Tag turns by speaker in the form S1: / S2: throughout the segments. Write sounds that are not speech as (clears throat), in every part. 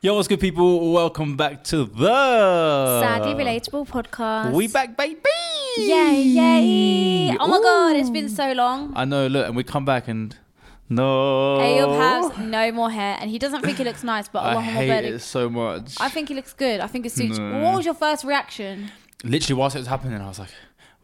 S1: Yo, what's good, people? Welcome back to the
S2: Sadly Relatable podcast.
S1: We back, baby.
S2: Yay, yay. Oh my
S1: Ooh.
S2: god, it's been so long.
S1: I know. Look, and we come back and no.
S2: Ayub has no more hair and he doesn't think he looks nice, but
S1: Oh. I
S2: Allah
S1: hate
S2: Muhammad Ali-
S1: it so much.
S2: I think he looks good. I think it suits.
S1: No.
S2: What was your first reaction?
S1: Literally, whilst it was happening, I was like,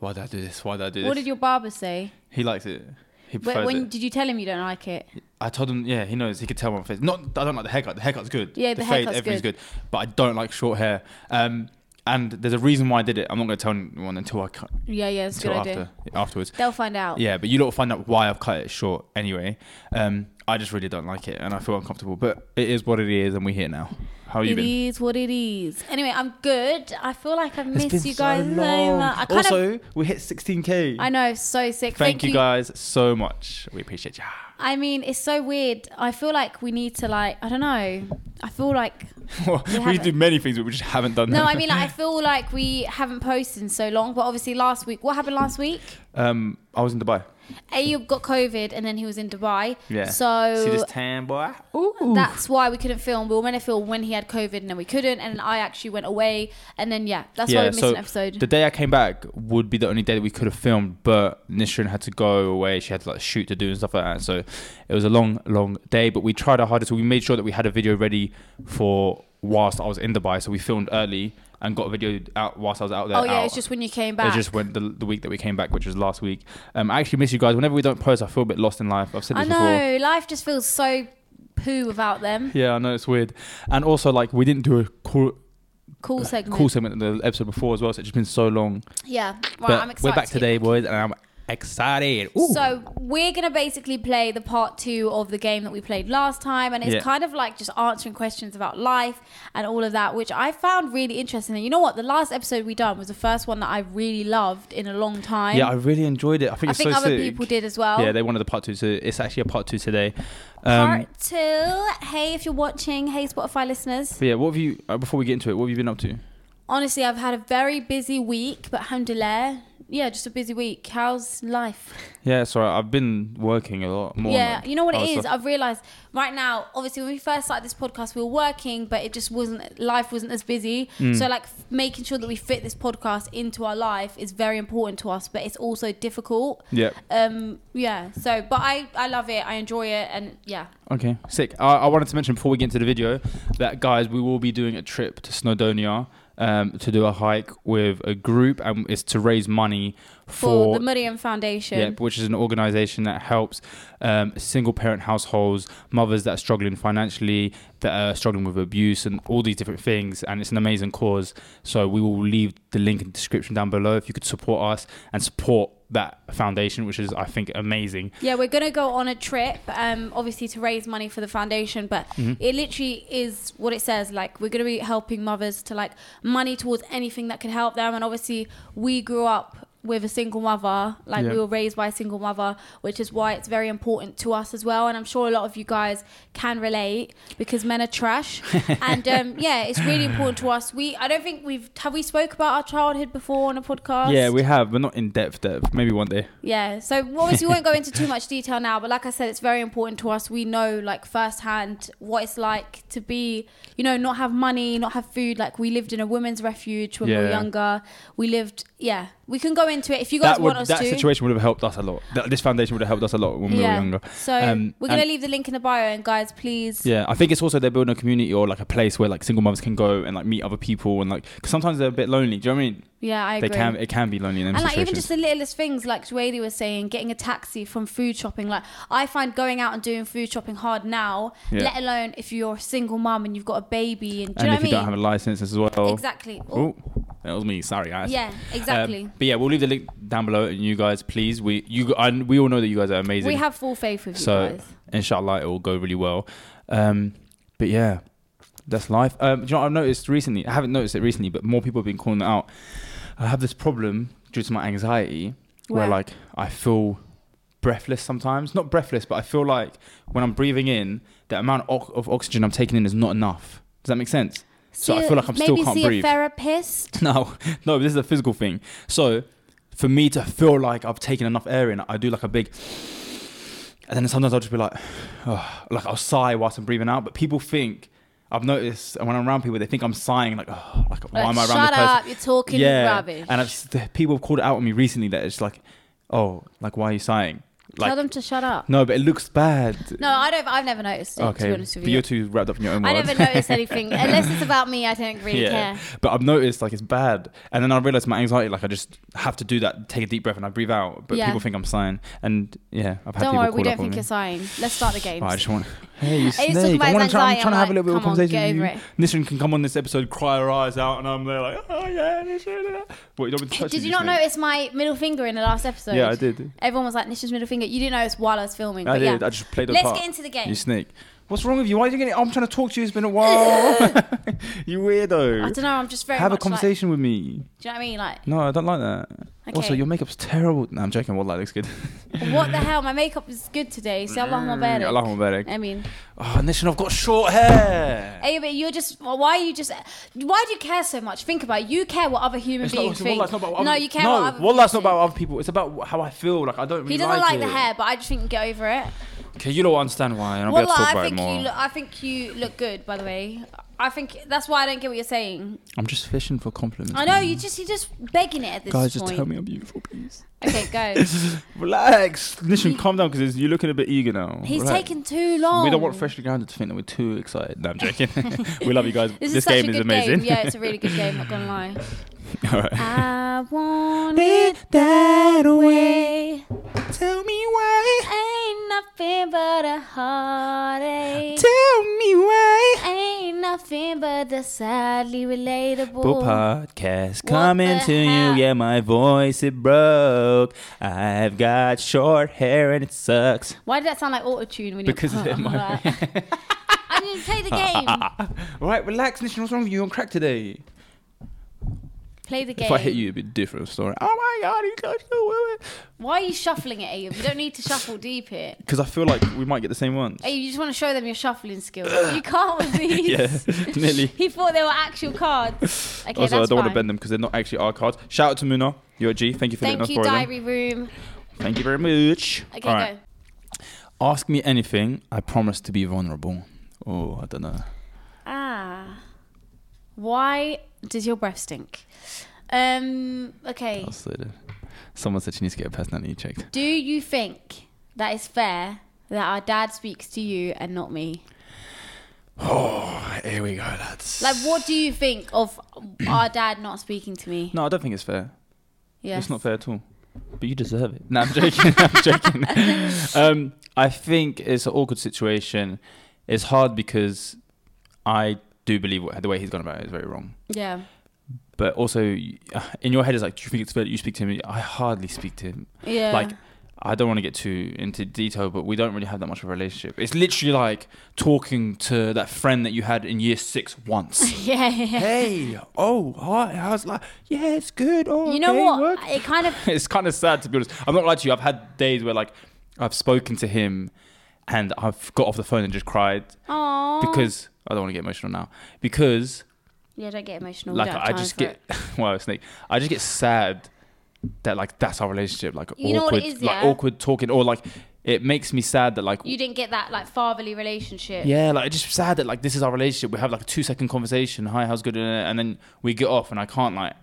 S1: "Why did I do this? Why did I do this?"
S2: What did your barber say?
S1: he likes it. He
S2: When,
S1: prefers
S2: when
S1: it.
S2: did you tell him you don't like it?
S1: I told him, yeah, he knows. He could tell my face. Not, I don't like the haircut. The haircut's good.
S2: Yeah, the
S1: fade,
S2: haircut's
S1: everything's
S2: good.
S1: But I don't like short hair. Um, and there's a reason why I did it. I'm not going to tell anyone until I cut.
S2: Yeah, yeah, it's a
S1: Until
S2: good
S1: after
S2: idea.
S1: afterwards.
S2: They'll find out.
S1: Yeah, but you lot will find out why I've cut it short anyway. Um, I just really don't like it and I feel uncomfortable, but it is what it is and we're here now. How you
S2: It
S1: been?
S2: is what it is. Anyway, I'm good. I feel like I've
S1: It's
S2: missed
S1: been
S2: you guys so, much. I kind of,
S1: also, we hit 16k.
S2: I know, so sick.
S1: Thank, you guys so much. We (laughs) appreciate you.
S2: I mean, it's so weird. I feel like we need to like, I don't know. I feel like
S1: we
S2: haven't.
S1: do many things, but we just haven't done
S2: No,
S1: them.
S2: I mean, like, I feel like we haven't posted in so long, but obviously last week, what happened last week?
S1: um, I was in Dubai.
S2: Ayub got COVID and then he was in Dubai.
S1: Yeah. See
S2: So
S1: this tan boy?
S2: that's why we couldn't film. We were meant to film when he had COVID and then we couldn't. And then I actually went away. And then, yeah, that's why we missed an episode.
S1: The day I came back would be the only day that we could have filmed, but Nishrin had to go away. She had to like shoot to do and stuff like that. So it was a long, long day, but we tried our hardest. We made sure that we had a video ready for whilst I was in Dubai. So we filmed early and got a video out whilst I was out there.
S2: oh, yeah,
S1: out.
S2: it's just when you came
S1: It
S2: back.
S1: just went the, the week that we came back, which was last week. Um, I actually miss you guys. Whenever we don't post, I feel a bit lost in life. I've said
S2: I
S1: this before.
S2: know. Life just feels so poo without them.
S1: Yeah, I know it's weird. And also, like, we didn't do a cool,
S2: Cool segment.
S1: cool segment in the episode before as well, so it's just been so long.
S2: Yeah. Right,
S1: but
S2: I'm excited.
S1: we're back
S2: to get
S1: today, boys, and I'm excited. Ooh.
S2: So we're gonna basically play the part two of the game that we played last time, and it's
S1: Yeah.
S2: kind of like just answering questions about life and all of that, which I found really interesting. And you know what? The last episode we done was the first one that I really loved in a long time.
S1: yeah, I really enjoyed it. I think
S2: I
S1: it's
S2: think
S1: so
S2: other
S1: sick.
S2: people did as well.
S1: Yeah, they wanted the part two, so it's actually a part two today. Um,
S2: part two. Hey, if you're watching, hey Spotify listeners.
S1: but yeah, what have you? Uh, before we get into it, what have you been up to?
S2: Honestly, I've had a very busy week, but alhamdulillah, yeah, just a busy week. How's life?
S1: Yeah, sorry, I've been working a lot more.
S2: Yeah,
S1: like,
S2: you know what it
S1: other
S2: is.
S1: stuff.
S2: I've realized right now. Obviously, when we first started this podcast, we were working, but it just wasn't. Life wasn't as busy.
S1: Mm.
S2: So, like f- making sure that we fit this podcast into our life is very important to us, but it's also difficult.
S1: Yeah.
S2: Um. Yeah. So, but I I love it. I enjoy it, and yeah.
S1: Okay. Sick. I, I wanted to mention before we get into the video that guys, we will be doing a trip to Snowdonia. Um, to do a hike with a group, and it's to raise money
S2: For
S1: for,
S2: the Miriam Foundation.
S1: Yeah, which is an organization that helps um, single parent households, mothers that are struggling financially, that are struggling with abuse, and all these different things. And it's an amazing cause. So we will leave the link in the description down below if you could support us and support that foundation, which is, I think, amazing.
S2: Yeah, we're gonna go on a trip, um, obviously to raise money for the foundation. But
S1: Mm-hmm.
S2: it literally is what it says. Like we're gonna be helping mothers to like money towards anything that can help them. And obviously, we grew up with a single mother. Like
S1: Yeah.
S2: we were raised by a single mother, which is why it's very important to us as well. And I'm sure a lot of you guys can relate because men are
S1: (laughs)
S2: trash. and um, yeah, it's really important to us. We I don't think we've have we spoke about our childhood before on a podcast.
S1: Yeah, we have, but not in depth, depth. Maybe one day.
S2: Yeah. So obviously we won't go into too much detail now, but like I said, it's very important to us. We know like firsthand what it's like to be, you know, not have money, not have food. Like we lived in a women's refuge when we
S1: Yeah.
S2: were younger. We lived, yeah. We can go into it if you guys
S1: That,
S2: want
S1: would,
S2: us
S1: that
S2: to.
S1: situation would have helped us a lot. That, this foundation would have helped us a lot when we were younger.
S2: So
S1: Um,
S2: we're gonna
S1: and-
S2: leave the link in the bio, and guys, please.
S1: Yeah, I think it's also they're building a community or like a place where like single mothers can go and like meet other people and like cause sometimes they're a bit lonely. Do you know what I mean?
S2: Yeah, I agree.
S1: They can it can be lonely in them
S2: and like even
S1: situations.
S2: just the littlest things like Zueli was saying getting a taxi from food shopping like i find going out and doing food shopping hard now
S1: Yeah.
S2: let alone if you're a single mum and you've got a baby and do
S1: and
S2: you know
S1: if
S2: what
S1: you
S2: i
S1: don't
S2: mean
S1: have a license as well.
S2: exactly
S1: Oh, that was me. Sorry, guys.
S2: yeah
S1: Um,
S2: exactly
S1: but yeah, we'll leave the link down below, and you guys, please, we you and we all know that you guys are amazing.
S2: we have full faith with
S1: so
S2: you guys
S1: inshallah, it will go really well. Um, but yeah, that's life. Um, do you know what I've noticed recently? I haven't noticed it recently, but more people have been calling it out. I have this problem due to my anxiety where,
S2: Where?
S1: like I feel breathless sometimes. Not breathless, but I feel like when I'm breathing in, the amount of, of oxygen I'm taking in is not enough. Does that make sense? So I
S2: See-
S1: feel like I'm still
S2: maybe
S1: can't
S2: see
S1: breathe.
S2: a
S1: (laughs)
S2: therapist
S1: No, no, this is a physical thing. So for me to feel like I've taken enough air in, I do like a big. (sighs) And then sometimes I'll just be like, oh, like I'll sigh whilst I'm breathing out. But people think I've noticed when I'm around people, they think I'm sighing like, oh, like why
S2: Like,
S1: am I around
S2: Shut
S1: this person?
S2: up, you're talking rubbish.
S1: And I've, s- the people have called it out on me recently that it's like, oh, like why are you sighing? Like,
S2: Tell them to shut up.
S1: no, but it looks bad.
S2: No, I don't. I've never noticed it. To
S1: okay,
S2: be honest with
S1: but
S2: you,
S1: you're too wrapped up in your own
S2: I
S1: world.
S2: never
S1: (laughs)
S2: noticed anything unless it's about me. I don't really care.
S1: but I've noticed like it's bad, and then I realized my anxiety. Like I just have to do that, take a deep breath, and I breathe out. But
S2: Yeah.
S1: people think I'm sighing, and yeah, I've had
S2: Don't
S1: people
S2: worry,
S1: call
S2: we
S1: up
S2: don't
S1: on
S2: think
S1: me.
S2: you're sighing. Let's start the games.
S1: Oh, I just
S2: (laughs)
S1: want. Hey, you
S2: talking
S1: snake!
S2: about
S1: I
S2: his
S1: want to try, I'm
S2: anxiety,
S1: trying to
S2: I'm
S1: have a
S2: like,
S1: little bit of
S2: come on,
S1: conversation.
S2: get
S1: with
S2: over
S1: you. Nishan can come on this episode, cry her eyes out, and I'm there like, oh yeah, Nishan. What you don't want me to touch
S2: Did you
S1: just
S2: not
S1: now?
S2: notice my middle finger in the last episode?
S1: Yeah, I did.
S2: Everyone was like, Nishan's middle finger. You didn't notice while I was filming.
S1: I
S2: but
S1: did.
S2: Yeah.
S1: I just played a
S2: Let's
S1: part.
S2: get into the game.
S1: You snake. What's wrong with you? Why are you getting? I'm trying to talk to you. It's been a
S2: (laughs)
S1: while. (laughs) you
S2: I
S1: weirdo.
S2: don't know. I'm just very
S1: Have a
S2: much like-
S1: conversation with me.
S2: do you know what I mean? Like,
S1: No, I don't like that. Also,
S2: Okay.
S1: your makeup's terrible. No, I'm joking. What that
S2: (laughs)
S1: looks good.
S2: what the hell? My makeup is good today. See, Allahumma barik.
S1: (laughs) I love my better.
S2: I mean,
S1: Oh, Nishan, I've got short hair.
S2: hey, but you're just. Why are you just? Why do you care so much? Think about it. You care what other human
S1: It's not,
S2: beings
S1: it's,
S2: think.
S1: wallah, it's not about what
S2: no,
S1: other-
S2: you care
S1: No,
S2: what other.
S1: wallah, it's not
S2: people
S1: about
S2: think.
S1: other people. It's about how I feel. Like I don't really.
S2: He doesn't like,
S1: it.
S2: the hair, but I just think get over it.
S1: Okay, you don't understand why, and I'll be able to
S2: Wallah,
S1: talk
S2: I
S1: about it
S2: think
S1: more.
S2: you. Look, I think you look good. By the way, I think that's why I don't get what you're saying.
S1: I'm just fishing for compliments.
S2: I know you just you're just begging it at this
S1: Guys,
S2: point.
S1: just tell me I'm beautiful, please.
S2: Okay,
S1: (laughs)
S2: go.
S1: Relax, Nishan, calm down because you're looking a bit eager now.
S2: He's
S1: Relax.
S2: taking too long.
S1: We don't want freshly grounded to think that we're too excited. No, I'm
S2: (laughs)
S1: joking. (laughs) we love you guys.
S2: This,
S1: This,
S2: is such
S1: game
S2: a
S1: is
S2: good
S1: amazing.
S2: Game. Yeah, it's a
S1: (laughs)
S2: really good game. Not gonna lie.
S1: All right.
S2: I want it
S1: It that way.
S2: away.
S1: Tell me why.
S2: Ain't nothing but a heartache.
S1: Tell me why.
S2: Ain't nothing but the sadly relatable.
S1: But podcast
S2: What
S1: coming
S2: the
S1: to you.
S2: hell?
S1: Yeah, my voice it broke. I've got short hair and it sucks.
S2: Why did that sound like auto tune when
S1: Because
S2: you?
S1: of
S2: (laughs)
S1: my- (laughs)
S2: I didn't play the game.
S1: Right, relax, Nishan. What's wrong with you? You're on crack today.
S2: Play the game.
S1: If I hit you, it'd be a different story. Oh my god, you touched the woman.
S2: Why are you shuffling it, Ayub? You don't need to shuffle deep here.
S1: Because I feel like we might get the same ones.
S2: Ayub, you just want to show them your shuffling skills.
S1: (laughs)
S2: you can't with these.
S1: Yeah, (laughs) nearly.
S2: He thought they were
S1: (laughs)
S2: actual cards. Okay,
S1: also, I
S2: that's
S1: don't want
S2: fine.
S1: to bend them because they're not actually our cards. Shout out to Muna. You're a G. Thank you for
S2: Thank
S1: letting
S2: you,
S1: us borrow them.
S2: diary room.
S1: Thank you very much.
S2: Okay,
S1: All right. Ask me anything. I promise to be vulnerable. Oh, I don't know.
S2: go. Ah, why does your breath stink? Um. Okay.
S1: That's it. Someone said she needs to get her personality checked.
S2: Do you think that it's fair that our dad speaks to you and not me?
S1: Oh, here we go, lads.
S2: Like, what do you think of our dad not speaking to me?
S1: No, I don't think it's fair.
S2: Yes.
S1: It's not fair at all. But you deserve it. No, I'm joking. (laughs) I'm joking. Um, I think it's an awkward situation. It's hard because I do believe what, the way he's gone about it is very wrong.
S2: Yeah.
S1: But also, y- uh, in your head, it's like, do you think it's fair that you speak to him? I hardly speak to him.
S2: Yeah.
S1: Like, I don't want to get too into detail, but we don't really have that much of a relationship. It's literally like talking to that friend that you had in year six once.
S2: (laughs) yeah, (laughs) yeah.
S1: hey, oh, hi, how's life? Yeah, it's good. Oh,
S2: you know
S1: okay,
S2: what?
S1: work."
S2: It kind of
S1: (laughs) it's kind of sad to be honest. I'm not lying to you. I've had days where like I've spoken to him, and I've got off the phone and just cried
S2: Aww.
S1: because I don't want to get emotional now because
S2: yeah, don't get emotional.
S1: like
S2: Don't have
S1: I
S2: time
S1: just
S2: for
S1: get
S2: it.
S1: (laughs) wow snake. I just get sad that like that's our relationship. Like
S2: You know what
S1: awkward,
S2: it is,
S1: like
S2: yeah?
S1: awkward talking, or like it makes me sad that like
S2: you didn't get that like fatherly relationship.
S1: yeah, like it's just sad that like this is our relationship. We have like a two second conversation. Hi, how's good? And then we get off, and I can't like.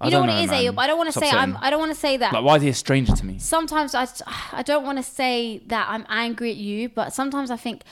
S1: I
S2: You know
S1: don't
S2: what it is,
S1: man.
S2: Ayub? I don't want
S1: It's
S2: to say I'm.
S1: upsetting.
S2: I don't want to say that.
S1: Like, why is he a stranger to me?
S2: sometimes I, I don't want to say that I'm angry at you, but sometimes I think,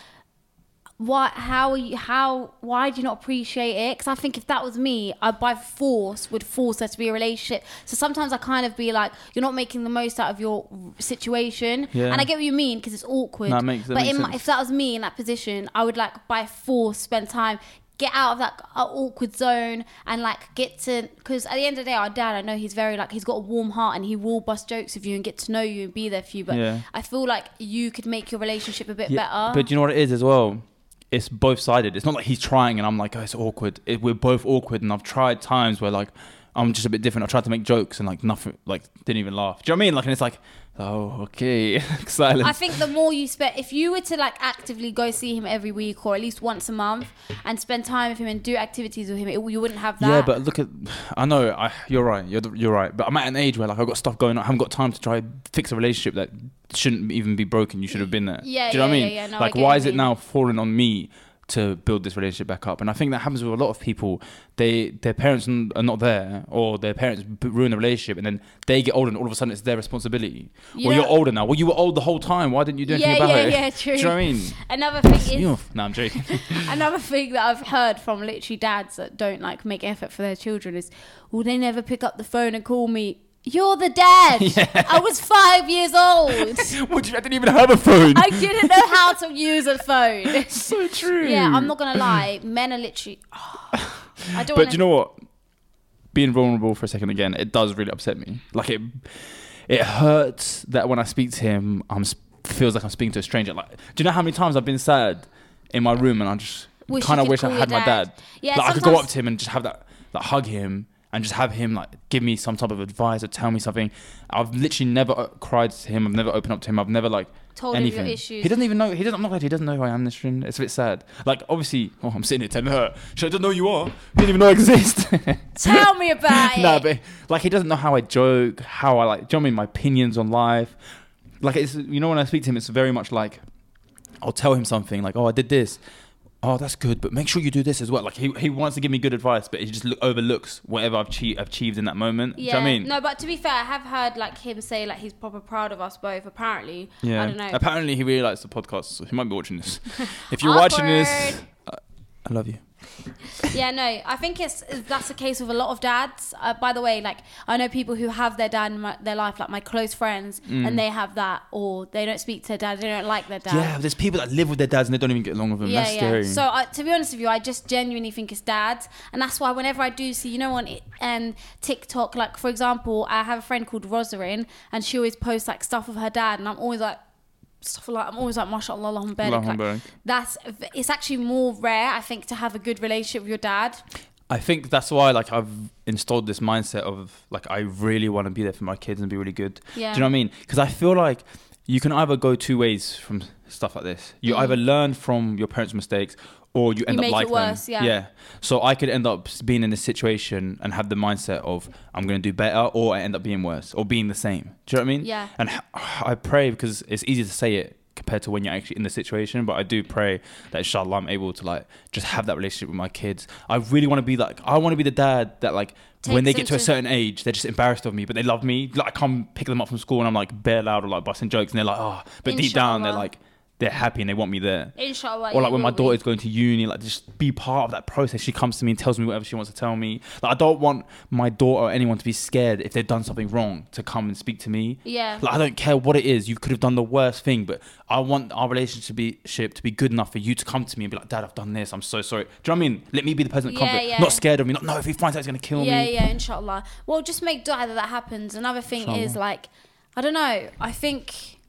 S2: why? How are you? How? Why do you not appreciate it? Because I think if that was me, I by force would force there to be a relationship. So sometimes I kind of be like, you're not making the most out of your situation,
S1: Yeah.
S2: and I get what you mean because it's awkward.
S1: No, it makes- that
S2: but
S1: makes
S2: in my,
S1: sense.
S2: if that was me in that position, I would like by force spend time. Get out of that uh, awkward zone and like get to because at the end of the day, our dad, I know he's very like he's got a warm heart and he will bust jokes with you and get to know you and be there for you. But
S1: Yeah.
S2: I feel like you could make your relationship a bit
S1: Yeah,
S2: better.
S1: But you know what it is as well? It's both sided. It's not like he's trying and I'm like, oh, it's awkward. It, we're both awkward, and I've tried times where like I'm just a bit different. I tried to make jokes and like nothing, like didn't even laugh. Do you know what I mean? Like, and it's like, oh, okay, (laughs) silence.
S2: I think the more you spend, if you were to like actively go see him every week or at least once a month and spend time with him and do activities with him, it, you wouldn't have that.
S1: yeah, but look at, (sighs) I know I, you're right. You're the- you're right. But I'm at an age where like I've got stuff going on. I haven't got time to try and fix a relationship that shouldn't even be broken. You should have been there.
S2: Yeah,
S1: Do you know what I
S2: yeah,
S1: mean?
S2: yeah, yeah. No, I
S1: like,
S2: get what
S1: why
S2: you
S1: is it
S2: mean.
S1: now falling on me to build this relationship back up. And I think that happens with a lot of people. They their parents n- are not there, or their parents b- ruin the relationship, and then they get older, and all of a sudden it's their responsibility.
S2: You
S1: well,
S2: know-
S1: you're older now. Well, you were old the whole time. Why didn't you do anything
S2: Yeah,
S1: about
S2: yeah,
S1: it?
S2: yeah, true.
S1: (laughs) Do you know what I mean?
S2: Another
S1: You
S2: thing is
S1: know, no, I'm joking. (laughs)
S2: another thing that I've heard from literally dads that don't like make effort for their children is, well, they never pick up the phone and call me. You're
S1: (laughs)
S2: the dad. I was five years old.
S1: what, do you- I didn't even have a phone.
S2: I didn't know how to use a phone.
S1: (laughs) so true.
S2: Yeah, I'm not gonna lie. Men are literally. (sighs) I don't.
S1: But
S2: wanna,
S1: do you know what? Being vulnerable for a second again, it does really upset me. Like it, it hurts that when I speak to him, I'm s- feels like I'm speaking to a stranger. Like, do you know how many times I've been sad in my room and I just
S2: Wish you
S1: kind of
S2: could
S1: wish I
S2: call
S1: had
S2: your
S1: my
S2: dad.
S1: dad.
S2: Yeah,
S1: like I could go up
S2: sometimes-
S1: to him and just have that, like hug him and just have him like give me some type of advice or tell me something. I've literally never uh, cried to him. I've never opened up to him. I've never like
S2: Told him your
S1: anything.
S2: issues.
S1: He doesn't even know. He doesn't. I'm not glad he doesn't know who I am. This room. It's a bit sad. Like obviously, oh, I'm sitting here telling her. She doesn't know who you are. You didn't even know I exist. (laughs)
S2: Tell me about it.
S1: no, but like he doesn't know how I joke, how I like. Do you know what I mean? My opinions on life. Like it's you know when I speak to him, it's very much like I'll tell him something like, oh, I did this. Oh, that's good, but make sure you do this as well. Like he, he wants to give me good advice, but he just look, overlooks whatever I've che- achieved in that moment. Do you
S2: Yeah.
S1: know what I mean?
S2: No, but to be fair, I have heard like him say like he's proper proud of us both. Apparently. I don't know.
S1: Apparently, he really likes the podcast, so he might be watching
S2: (laughs)
S1: this. If you're watching this, uh,
S2: Awkward.
S1: I, I love you.
S2: yeah, no, I think it's it's- that's the case with a lot of dads. Uh, by the way, like I know people who have their dad in my, their life, like my close friends, and they have that, or they don't speak to their dad, they don't like their dad.
S1: Mm. Yeah, there's people that live with their dads and they don't even get along with them. that's scary.
S2: So I to be honest with you, I just genuinely think it's dads, and that's why whenever I do see, you know, on it- um, TikTok, like for example, I have a friend called Rosarin, and she always posts like stuff of her dad, and I'm always like. Stuff like I'm always like, mashallah, Allahumma barik.
S1: Allahumma
S2: Like,
S1: barik.
S2: that's it's actually more rare, I think, to have a good relationship with your dad.
S1: I think that's why like I've installed this mindset of like I really want to be there for my kids and be really good.
S2: Yeah.
S1: Do you know what I mean? Because I feel like you can either go two ways from stuff like this. You either learn from your parents' mistakes or you end up
S2: Mm. make
S1: like
S2: it worse,
S1: them.
S2: yeah.
S1: So I could end up being in this situation and have the mindset of I'm going to do better or I end up being worse or being the same. Do you know what I mean?
S2: Yeah.
S1: And h- I pray because it's easy to say it compared to when you're actually in the situation, but I do pray that inshallah I'm able to like just have that relationship with my kids. I really want to be like I want to be the dad that like when
S2: Takes
S1: they get
S2: them
S1: to a
S2: to-
S1: certain age, they're just embarrassed of me, but they love me. Like I come pick them up from school and I'm like bare loud or like busting jokes and they're like, oh but deep down they're
S2: Inshallah.
S1: like they're happy and they want me there.
S2: Inshallah.
S1: Or like
S2: you
S1: when my
S2: will be.
S1: daughter's going to uni, like just be part of that process. She comes to me and tells me whatever she wants to tell me. Like I don't want my daughter or anyone to be scared if they've done something wrong to come and speak to me.
S2: Yeah.
S1: Like I don't care what it is. You could have done the worst thing, but I want our relationship to be ship to be good enough for you to come to me and be like, Dad, I've done this. I'm so sorry. Do you know what I mean? Let me be the person that comes.
S2: Yeah,
S1: to it.
S2: yeah.
S1: Not scared of me. Not no. If he finds out, he's gonna kill
S2: yeah,
S1: me.
S2: yeah, inshallah. Well, just make dua that that happens. Another thing is
S1: Inshallah.
S2: like, I don't know. I think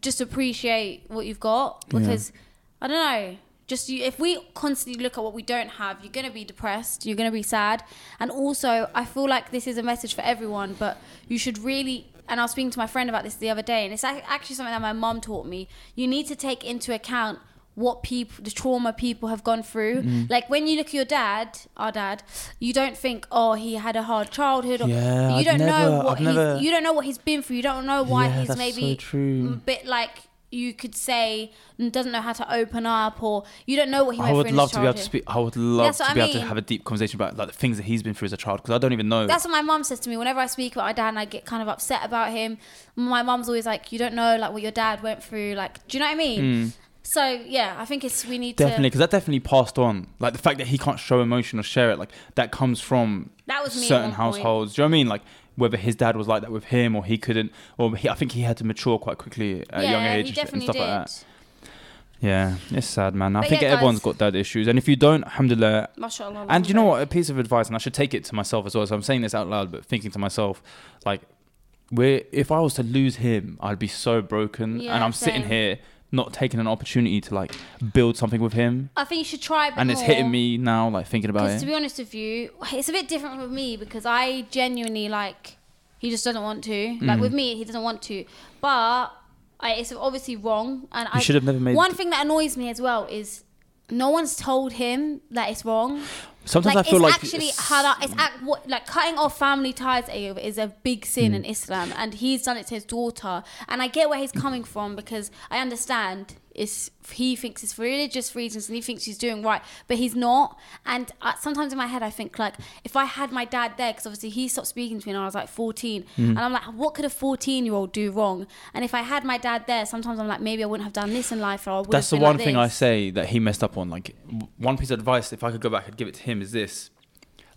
S2: just appreciate what you've got because I don't know. Just you, if we constantly look at what we don't have, you're gonna be depressed. You're gonna be sad. And also, I feel like this is a message for everyone, but you should really. And I was speaking to my friend about this the other day, and it's ac- actually something that my mum taught me. You need to take into account what people the trauma people have gone through
S1: Mm-hmm.
S2: like when you look at your dad our dad you don't think oh he had a hard childhood or
S1: Yeah,
S2: you
S1: I've
S2: don't know
S1: never-
S2: what
S1: I've
S2: he's,
S1: never-
S2: you don't know what he's been through you don't know why
S1: Yeah,
S2: he's
S1: that's so
S2: maybe
S1: true.
S2: a bit like you could say "Mm, doesn't know how to open up or you don't know what he
S1: I
S2: went
S1: would
S2: through
S1: love
S2: in his
S1: to be able to speak.
S2: childhood.
S1: I would love
S2: That's
S1: to
S2: what I
S1: be able to
S2: mean.
S1: have a deep conversation about like the things that he's been through as a child because I don't even know.
S2: That's what my mum says to me. Whenever I speak about my dad and I get kind of upset about him, my mum's always like, "You don't know like what your dad went through." Like, do you know what I mean? So yeah, I think it's we need
S1: Hmm. definitely
S2: to.
S1: because that definitely passed on like the fact that he can't show emotion or share it like that comes from
S2: That was me at
S1: certain
S2: one point.
S1: households do you know what i mean like whether his dad was like that with him or he couldn't or he, i think he had to mature quite quickly at a young
S2: yeah,
S1: age
S2: he
S1: and stuff
S2: definitely
S1: like
S2: did.
S1: that yeah it's sad man i
S2: But
S1: think
S2: yeah,
S1: everyone's
S2: guys.
S1: got dad issues and if you don't alhamdulillah
S2: Mashallah.
S1: and you know what? A piece of advice, and I should take it to myself as well. So I'm saying this out loud, but thinking to myself, like, we're, if I was to lose him, I'd be so broken.
S2: Yeah,
S1: and I'm sitting
S2: same.
S1: here not taking an opportunity to like build something with him.
S2: I think you should try. A bit
S1: And it's
S2: more.
S1: hitting me now, like thinking about
S2: Because to
S1: it.
S2: be honest with you, it's a bit different with me because I genuinely like he just doesn't want to.
S1: Mm.
S2: Like with me, he doesn't want to. But I, it's obviously wrong. And I
S1: should have never made
S2: One
S1: th-
S2: thing that annoys me as well is no one's told him that it's wrong.
S1: Sometimes
S2: like
S1: I feel
S2: it's
S1: like
S2: actually
S1: it's-
S2: halal. It's act, what, like cutting off family ties Ayub, is a big sin
S1: Hmm.
S2: in Islam, and he's done it to his daughter. And I get where he's coming from because I understand is he thinks it's for religious reasons and he thinks he's doing right, but he's not. And uh, sometimes in my head, I think like if I had my dad there, because obviously he stopped speaking to me when I was like 14,
S1: Hmm.
S2: and I'm like, what could a 14 year old do wrong? And if I had my dad there, sometimes I'm like, maybe I wouldn't have done this in life, or I would.
S1: That's the
S2: have been
S1: one
S2: like
S1: thing
S2: this.
S1: I say that he messed up on. Like, w- one piece of advice, if I could go back, I'd give it to him is this.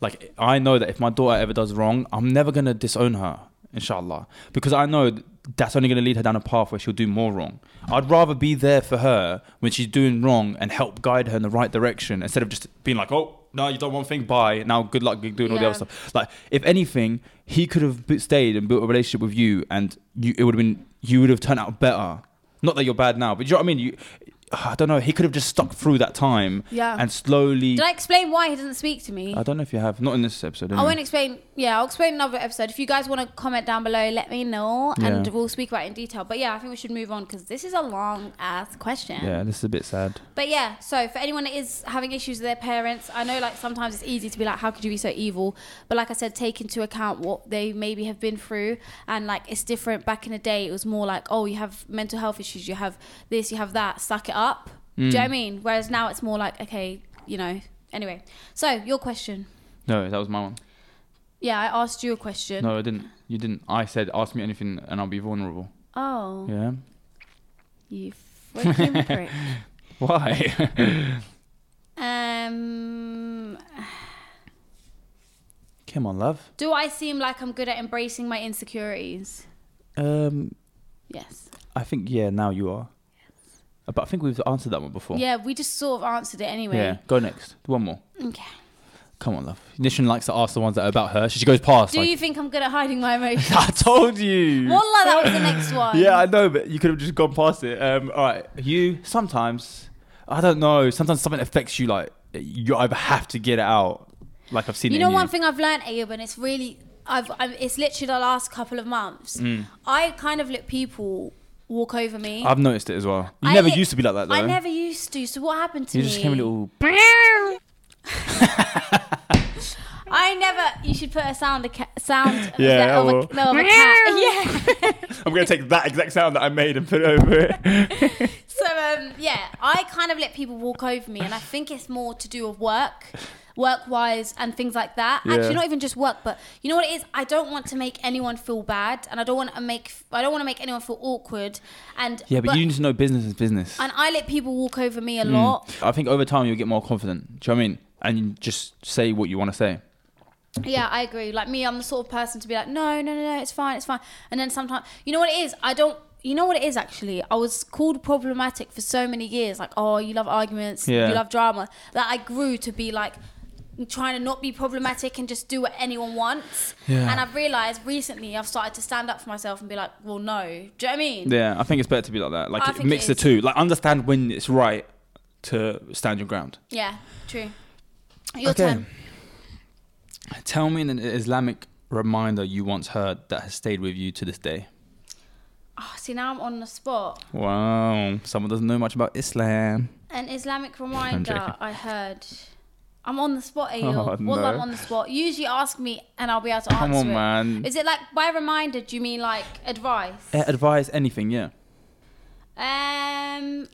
S1: Like, I know that if my daughter ever does wrong, I'm never going to disown her, inshallah. Because I know th- that's only going to lead her down a path where she'll do more wrong. I'd rather be there for her when she's doing wrong and help guide her in the right direction instead of just being like, oh, no, you done one thing, bye. Now, good luck doing all the
S2: Yeah.
S1: other stuff. Like, if anything, he could have b- stayed and built a relationship with you, and you, it would have been, you would have turned out better. Not that you're bad now, but you know what I mean? You, I don't know. He could have just stuck through that time
S2: Yeah.
S1: and slowly.
S2: Did I explain why he doesn't speak to me?
S1: I don't know if you have. Not in this episode.
S2: I
S1: Anyway.
S2: won't explain. Yeah, I'll explain another episode. If you guys want to comment down below, let me know, and
S1: Yeah.
S2: we'll speak about it in detail. But yeah, I think we should move on because this is a long ass question.
S1: Yeah, this is a bit sad.
S2: But yeah, so for anyone that is having issues with their parents, I know like sometimes it's easy to be like, how could you be so evil? But like I said, take into account what they maybe have been through, and like it's different. Back in the day, it was more like, oh, you have mental health issues, you have this, you have that, suck it up. Do you
S1: Mm.
S2: know what I mean? Whereas now it's more like, okay, you know. Anyway, so your question.
S1: No, that was my one.
S2: Yeah, I asked you a question.
S1: No, I didn't. You didn't. I said, ask me anything and I'll be vulnerable.
S2: Oh,
S1: Yeah.
S2: you
S1: (laughs)
S2: freaking prick.
S1: Why?
S2: Um,
S1: (laughs) Come on, love.
S2: do I seem like I'm good at embracing my insecurities?
S1: Um,
S2: Yes.
S1: I think yeah. Now you are. But I think we've answered that one before.
S2: Yeah, we just sort of answered it
S1: Yeah.
S2: anyway.
S1: Go next. One more.
S2: Okay.
S1: Come on, love. Nishan likes to ask the ones that are about her. She goes past.
S2: Do
S1: like,
S2: you think I'm good at hiding my
S1: (laughs)
S2: emotions?
S1: I told you.
S2: Wallah, that was the next one.
S1: Yeah, I know, but you could have just gone past it. Um, all right, you sometimes, I don't know, sometimes something affects you like you either have to get it out, like I've seen.
S2: You
S1: it
S2: know,
S1: in
S2: one thing I've learned, Ayub, and it's really, I've, I'm, it's literally the last couple of months. I kind of let people walk over me.
S1: Mm. I've noticed it as well. You
S2: I
S1: never
S2: lit-
S1: used to be like that though.
S2: I never used to. So what happened to
S1: You
S2: me?
S1: just came a little.
S2: I never. You should put a sound, a ca- sound of
S1: Yeah, oh.
S2: a-
S1: I will.
S2: of, a, no, of a cat. (laughs) Yeah.
S1: I'm gonna take that exact sound that I made and put it over (laughs) it.
S2: So um, yeah, I kind of let people walk over me, and I think it's more to do with work, work-wise, and things like that.
S1: Yeah.
S2: Actually, not even just work, but you know what it is. I don't want to make anyone feel bad, and I don't want to make I don't want to make anyone feel awkward. And
S1: yeah, but, you Hmm. need to know business is business.
S2: and I let people walk over me a lot.
S1: I think over time you'll get more confident. Do you know what I mean? And you just say what you want to say.
S2: Yeah, I agree. Like me, I'm the sort of person to be like, no, no, no, no, it's fine, it's fine. And then sometimes, you know what it is? I don't. You know what it is actually? I was called problematic for so many years. Like, oh, you love arguments,
S1: Yeah.
S2: you love drama. That I grew to be like trying to not be problematic and just do what anyone wants.
S1: Yeah.
S2: And I've realized recently I've started to stand up for myself and be like, well, no. Do you know what I mean?
S1: Yeah, I think it's better to be like that. Like
S2: I
S1: it
S2: think it
S1: mix the
S2: is.
S1: two. Like understand when it's right to stand your ground.
S2: Yeah, true. Your turn.
S1: Tell me an Islamic reminder you once heard that has stayed with you to this day.
S2: Oh, see, now I'm on the spot.
S1: Wow, someone doesn't know much about Islam.
S2: An Islamic
S1: joking.
S2: reminder I heard. I'm on the spot, Ayul.
S1: (laughs) Oh,
S2: Wallah,
S1: no.
S2: I'm on the spot. Usually ask me and I'll be able to answer
S1: Come on,
S2: it.
S1: man.
S2: Is it like by reminder? Do you mean like advice?
S1: Uh, advise anything, yeah.
S2: Um,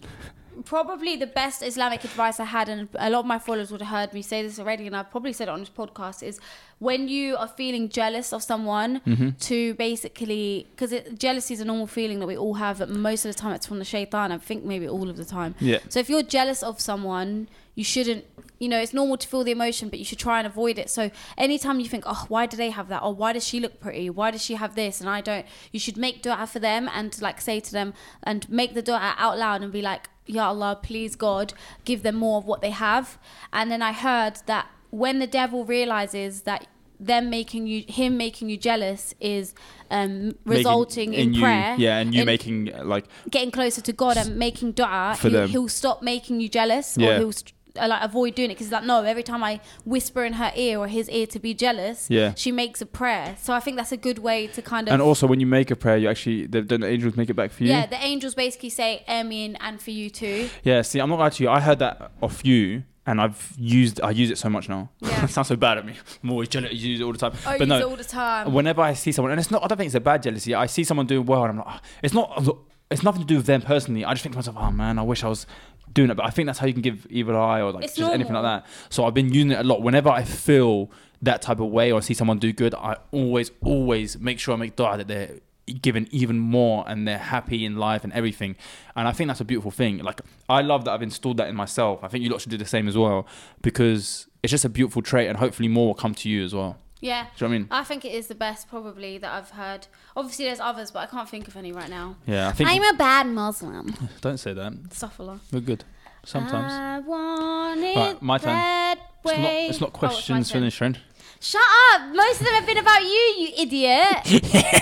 S2: probably the best Islamic advice I had, and a lot of my followers would have heard me say this already, and I've probably said it on this podcast, is when you are feeling jealous of someone,
S1: Mm-hmm.
S2: to basically, because jealousy is a normal feeling that we all have, but most of the time it's from the shaitan, I think maybe all of the time.
S1: Yeah.
S2: So if you're jealous of someone, you shouldn't, you know, it's normal to feel the emotion, but you should try and avoid it. So anytime you think, oh, why do they have that? Or why does she look pretty? Why does she have this? And I don't, you should make dua for them and like say to them and make the dua out loud and be like, Ya Allah, please God, give them more of what they have. And then I heard that when the devil realizes that them making you him making you jealous is um resulting
S1: Making-
S2: in, prayer
S1: You, yeah, and you
S2: in-
S1: making uh, like
S2: getting closer to God and making dua,
S1: For
S2: he'll,
S1: them.
S2: he'll stop making you jealous
S1: Yeah.
S2: or he'll st- uh, like avoid doing it because like no every time i whisper in her ear or his ear to be jealous
S1: Yeah.
S2: she makes a prayer so i think that's a good way to kind of
S1: and also when you make a prayer, you actually the, the angels make it back for you.
S2: yeah the angels basically say amen and for you too
S1: Yeah, see, I'm not lying to you. I heard that off you, and I've used I use it so much now. (laughs)
S2: Yeah.
S1: it sounds so bad at me. I'm always jealous. I use it all the time.
S2: i
S1: but
S2: use
S1: no,
S2: it Oh, all the time
S1: whenever I see someone, and it's not, I don't think it's a bad jealousy. I see someone doing well, and I'm like, "Ah." it's not. it's nothing to do with them personally. I just think to myself, oh man, I wish I was doing it. But I think that's how you can give evil eye or like
S2: It's
S1: just anything like
S2: normal.
S1: that. So I've been using it a lot. Whenever I feel that type of way or see someone do good, I always, always make sure I make dua that they're given even more and they're happy in life and everything. And I think that's a beautiful thing. Like I love that I've installed that in myself. I think you lot should do the same as well because it's just a beautiful trait and hopefully more will come to you as well. Do you
S2: Yeah.
S1: know what I mean?
S2: I think it is the best probably that I've heard. Obviously, there's others, but I can't think of any right now.
S1: Yeah, I think
S2: I'm a bad Muslim.
S1: don't say that.
S2: Suffer. long.
S1: We're good. Sometimes.
S2: I want it
S1: Alright, my turn.
S2: that way.
S1: It's not, it's
S2: Oh,
S1: not
S2: my
S1: questions
S2: turn.
S1: finished,
S2: (laughs)
S1: friend.
S2: Shut up! Most of them have been about you, you idiot.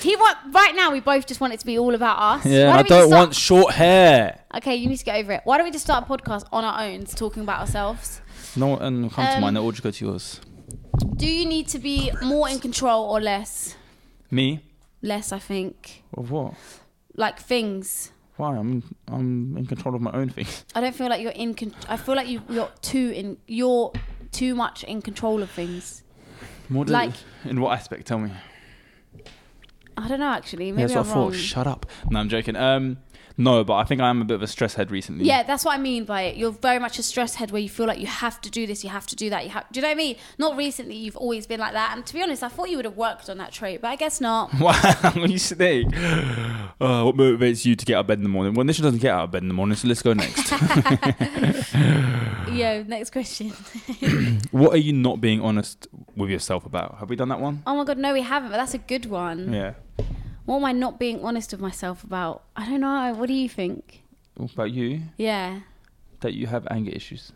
S2: he want right now. We both just want it to be all about us.
S1: Yeah, and
S2: Why
S1: I
S2: don't we
S1: don't
S2: just start-
S1: want short hair.
S2: Okay, you need to get over it. Why don't we just start a podcast on our own, talking about ourselves?
S1: No, and will come to
S2: Um,
S1: mine. They'll all just go to yours.
S2: Do you need to be more in control or less?
S1: Me?
S2: Less, I think.
S1: Of what?
S2: Like things.
S1: Why? I'm I'm in control of my own things. (laughs)
S2: I don't feel like you're in. Con- I feel like you, you're too in. You're too much in control of things.
S1: More than-
S2: Like-
S1: in what aspect? Tell me.
S2: I don't know. Actually,
S1: yeah,
S2: maybe
S1: that's what
S2: I'm
S1: I
S2: wrong.
S1: thought. Shut up. No, I'm joking. Um, no, but I think I am a bit of a stress head recently.
S2: yeah, that's what I mean by it. You're very much a stress head where you feel like you have to do this, you have to do that. You have. Do you know what I mean? Not recently. You've always been like that. And to be honest, I thought you would have worked on that trait, but I guess not.
S1: (laughs) (laughs) Wow, you snake. Uh, what motivates you to get out of bed in the morning? Well, Nisha doesn't get out of bed in the morning, so let's go
S2: (laughs)
S1: next.
S2: Yo, next question.
S1: what are you not being honest with yourself about? Have we done that one?
S2: Oh my god, no, we haven't. But that's a good one.
S1: Yeah.
S2: What am I not being honest with myself about? I don't know. What do you think?
S1: What about you?
S2: Yeah.
S1: That you have anger issues.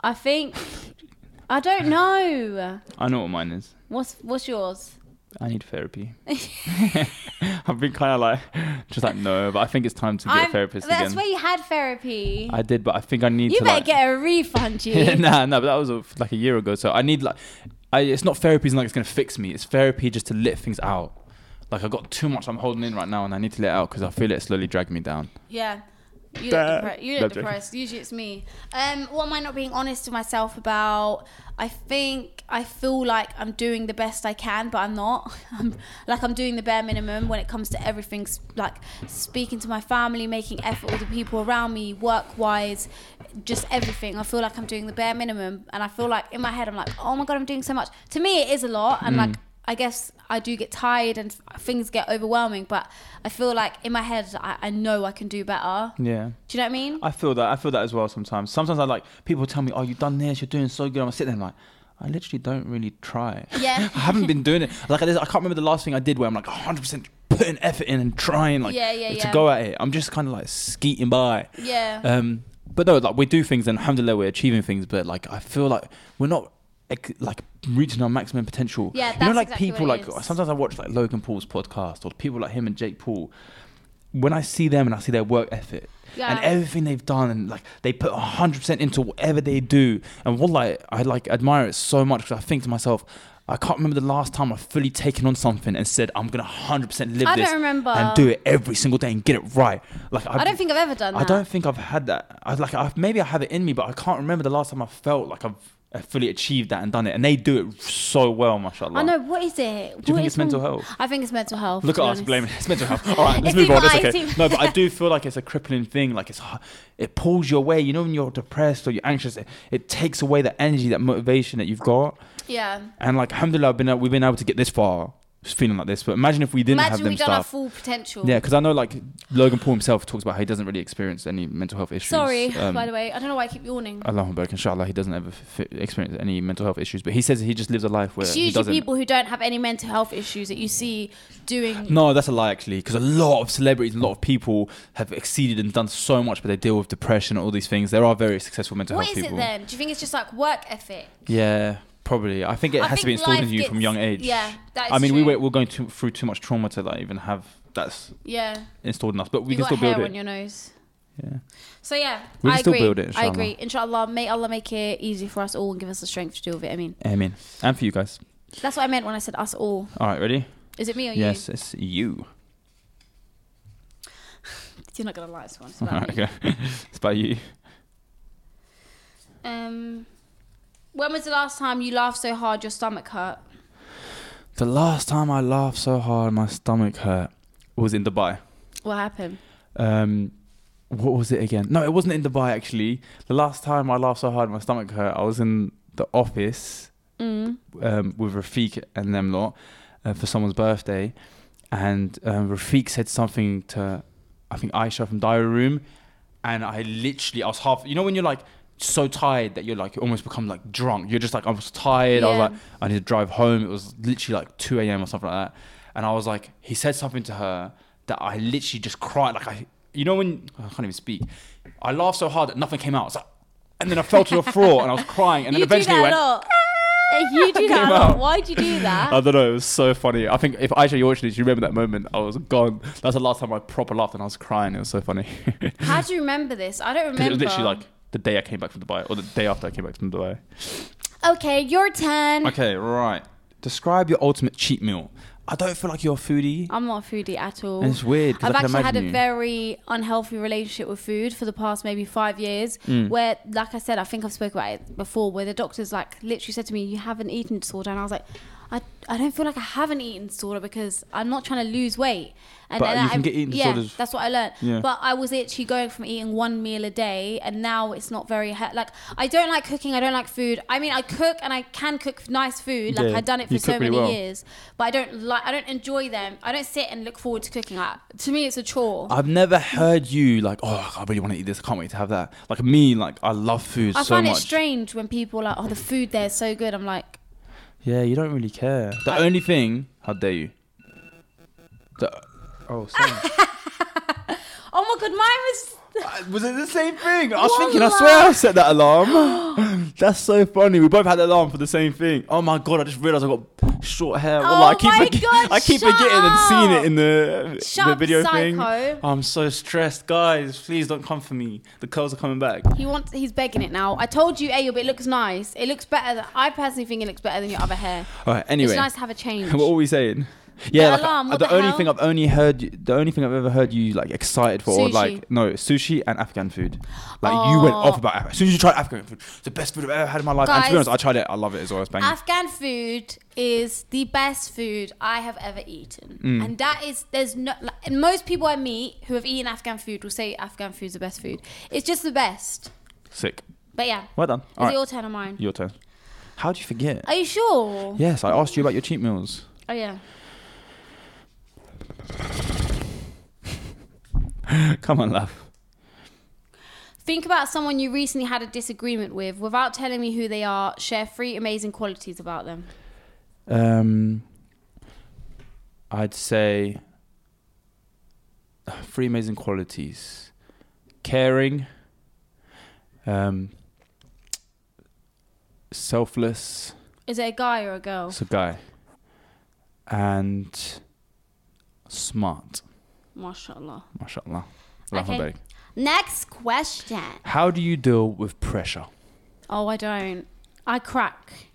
S2: I think
S1: (laughs)
S2: I don't know.
S1: I know what mine is.
S2: What's what's yours?
S1: I need therapy.
S2: (laughs)
S1: (laughs) I've been kind of like, just like, no, but I think it's time to get
S2: I'm-
S1: a therapist
S2: that's
S1: again.
S2: where you had therapy.
S1: I did, but I think I need
S2: you
S1: to.
S2: better
S1: like, (laughs)
S2: get a refund, you.
S1: Yeah, nah, nah, but that was uh, like a year ago. So I need like, I, it's not therapy. It's not like it's gonna fix me. It's therapy just to let things out. Like I got too much I'm holding in right now, and I need to let it out because I feel it slowly dragging me down.
S2: Yeah. You
S1: Duh.
S2: look, depre-
S1: No,
S2: you look
S1: I'm joking.
S2: depressed. Usually it's me. Um, what am I not being honest with myself about? I think I feel like I'm doing the best I can, but I'm not. (laughs) I'm, like I'm doing the bare minimum when it comes to everything, s- like speaking to my family, making effort with the people around me, work-wise, just everything. I feel like I'm doing the bare minimum, and I feel like in my head I'm like, oh my god, I'm doing so much. To me, it is a lot, and like I guess I do get tired and f- things get overwhelming, but I feel like in my head I, I know I can do better.
S1: Yeah,
S2: Do you know what I mean?
S1: I feel that. I feel that as well sometimes. Sometimes I like people tell me, "Oh, you've done this. You're doing so good." I'm sitting there I'm like. I literally don't really try.
S2: Yeah.
S1: (laughs) I haven't been doing it. Like I, I can't remember the last thing I did where I'm like 100% putting effort in and trying like
S2: Yeah, yeah,
S1: to
S2: yeah.
S1: go at it. I'm just kind of like skeeting by.
S2: Yeah.
S1: Um, but no, like we do things and alhamdulillah we're achieving things, but like I feel like we're not ex- like reaching our maximum potential.
S2: Yeah,
S1: you know,
S2: that's
S1: like
S2: exactly
S1: people
S2: what it
S1: like
S2: is.
S1: sometimes I watch like Logan Paul's podcast or people like him and Jake Paul. When I see them and I see their work effort
S2: Yeah.
S1: and everything they've done and like they put hundred percent into whatever they do, and what like I like admire it so much because I think to myself. I can't remember the last time I've fully taken on something and said I'm gonna 100% live
S2: I
S1: this
S2: don't remember.
S1: and do it every single day and get it right. Like
S2: I don't think I've ever done that.
S1: I don't think I've had that. I like I've, maybe I have it in me, but I can't remember the last time I felt like I've uh, fully achieved that and done it. And they do it so well, mashallah.
S2: I know. What is it?
S1: Do you
S2: What
S1: think
S2: is
S1: it's mental
S2: wrong-
S1: health?
S2: I think it's mental health.
S1: Look
S2: to
S1: at
S2: be
S1: us
S2: honest.
S1: blaming (laughs) it. It's mental health.
S2: (laughs)
S1: All right, let's
S2: It's
S1: move
S2: even
S1: on. That's
S2: my
S1: okay.
S2: team.
S1: No, but I do feel like it's a crippling thing. Like it's h- it pulls you away. You know, when you're depressed or you're anxious, it, it takes away that energy, that motivation that you've got.
S2: Yeah.
S1: And like, alhamdulillah, I've been, a- we've been able to get this far, just feeling like this. But imagine if we didn't have
S2: Imagine
S1: them
S2: we've done our
S1: stuff.
S2: full potential.
S1: Yeah, because I know like Logan Paul himself talks about how he doesn't really experience any mental health issues.
S2: Sorry, (laughs)
S1: Um, uh,
S2: by the way. I don't know why I keep yawning.
S1: Allah Akbar, inshallah, he doesn't ever f- f- experience any mental health issues, but he says he just lives a life where
S2: It's
S1: he
S2: usually
S1: doesn't.
S2: people who don't have any mental health issues that you see doing.
S1: no, that's a lie actually, because a lot of celebrities, a lot of people have exceeded and done so much, but they deal with depression and all these things. There are very successful mental
S2: what
S1: health
S2: is it
S1: people.
S2: then? Do you think it's just like work ethic?
S1: Yeah, probably. I think it
S2: I
S1: has to
S2: think
S1: be installed in
S2: life
S1: you from
S2: gets-
S1: young age.
S2: yeah, that is
S1: I mean, we
S2: true.
S1: were, we're going to, through too much trauma to like even have that's
S2: Yeah.
S1: installed in us, but we
S2: you
S1: can
S2: got
S1: still build
S2: hair
S1: it.
S2: on your nose.
S1: yeah.
S2: So yeah,
S1: We can
S2: I
S1: still
S2: agree.
S1: build it,
S2: I agree. Inshallah, may Allah make it easy for us all and give us the strength to deal with it. I mean,
S1: Amen. And for you guys.
S2: that's what I meant when I said us all.
S1: All right, ready?
S2: Is it me or
S1: yes, it's you.
S2: you? You're not gonna like this
S1: (laughs)
S2: one. It's
S1: All
S2: about
S1: right,
S2: me.
S1: okay. it's about you.
S2: Um, when was the last time you laughed so hard your stomach hurt?
S1: The last time I laughed so hard my stomach hurt was in Dubai.
S2: What happened?
S1: Um, what was it again? No, it wasn't in Dubai actually. The last time I laughed so hard, my stomach hurt. I was in the office
S2: Mm.
S1: um, with Rafiq and them lot uh, for someone's birthday, and um, Rafiq said something to I think Aisha from Diary Room, and I literally I was half. You know when you're like so tired that you're like you almost become like drunk. You're just like I was tired. I was
S2: Yeah.
S1: like I need to drive home. It was literally like 2 a.m. or something like that, and I was like he said something to her that I literally just cried. Like I you know when I can't even speak. I laughed so hard that nothing came out. I was like, and then I fell to the floor and I was crying. And
S2: you
S1: then eventually
S2: do
S1: I
S2: that
S1: went.
S2: a lot. (laughs) you do that
S1: Came
S2: a lot.
S1: out.
S2: Why'd you
S1: (laughs)
S2: do
S1: I
S2: that?
S1: don't know. It was so funny. I think if Aisha, you watched it, you remember that moment. I was gone. That's the last time I proper laughed and I was crying. It was so funny. (laughs) Because
S2: How do you remember this? I don't remember.
S1: it was literally like the day I came back from Dubai or the day after I came back from Dubai.
S2: okay, your turn.
S1: Okay, right. Describe your ultimate cheat meal. I don't feel like you're a foodie.
S2: I'm not a foodie at all.
S1: And it's weird 'cause
S2: I've
S1: I can
S2: actually had
S1: imagine
S2: a
S1: you.
S2: very unhealthy relationship with food for the past maybe five years.
S1: Mm.
S2: Where, like I said, I think I've spoken about it before, where the doctors like literally said to me, "You have an eating disorder," and I was like, "I, I don't feel like I have an eating disorder because I'm not trying to lose weight." And
S1: But you
S2: I-
S1: can get eating
S2: yeah,
S1: disorders.
S2: That's what I learned.
S1: Yeah.
S2: But I was actually going from eating one meal a day, and now it's not very he- like I don't like cooking. I don't like food. I mean, I cook and I can cook nice food. Like
S1: Yeah,
S2: I've done it for
S1: you
S2: so
S1: cook really
S2: many
S1: well.
S2: years, but I don't like. I don't enjoy them. I don't sit and look forward to cooking. Like, to me, it's a chore.
S1: I've never heard you like, oh, I really want to eat this. I can't wait to have that. Like me, like I love food
S2: I
S1: so
S2: find
S1: much.
S2: it strange when people are like, "Oh, the food there is so good." I'm like,
S1: Yeah, you don't really care. The
S2: I-
S1: only thing, how dare you? The, oh, sorry.
S2: "Oh my god, mine was."
S1: I- Was it the same thing? I was
S2: One
S1: thinking, I
S2: laugh.
S1: swear I set that
S2: (gasps)
S1: alarm. That's so funny. We both had the alarm for the same thing. Oh my god, I just realised I got short hair. Wallah, I
S2: Oh
S1: keep,
S2: my
S1: forget-
S2: God,
S1: I keep
S2: shut
S1: forgetting and seeing
S2: up.
S1: it in the,
S2: Shut
S1: the
S2: up,
S1: video thing.
S2: psycho.
S1: I'm so stressed. Guys, please don't come for me. The curls are coming back.
S2: He wants. He's begging it now. I told you, Ayo, but it looks nice. It looks better. Than, I personally think it looks better than your other hair.
S1: All right, anyway.
S2: It's nice to have a
S1: (laughs)
S2: change.
S1: what were we saying? Yeah, like,
S2: alarm,
S1: uh,
S2: what
S1: the,
S2: the
S1: only
S2: hell?
S1: thing I've only heard, you- the only thing I've ever heard you like excited for, or
S2: Sushi.
S1: like no sushi and Afghan food. Like you went
S2: Oh.
S1: off about Af- as soon as you tried Afghan food, it's the best food I've ever had in my life. and to be
S2: Guys.
S1: honest, I tried it, I love it as well. It's banging.
S2: Afghan food is the best food I have ever eaten,
S1: Mm.
S2: and that is there's no. Like, and most people I meet who have eaten Afghan food will say Afghan food's the best food. It's just the best.
S1: Sick.
S2: But yeah,
S1: Well done.
S2: is
S1: All
S2: it
S1: right,
S2: your turn or mine?
S1: your turn. How do you forget?
S2: Are you sure?
S1: Yes, I asked you about your cheat meals. (laughs)
S2: Oh yeah.
S1: Come on, love.
S2: Think about someone you recently had a disagreement with without telling me who they are. Share three amazing qualities about them.
S1: Um, I'd say uh, three amazing qualities: caring, um, selfless.
S2: Is it a guy or a girl?
S1: It's a guy, and smart.
S2: Mashallah.
S1: Mashallah.
S2: Okay.
S1: Okay.
S2: Next question.
S1: How do you deal with pressure?
S2: Oh, I don't. I crack.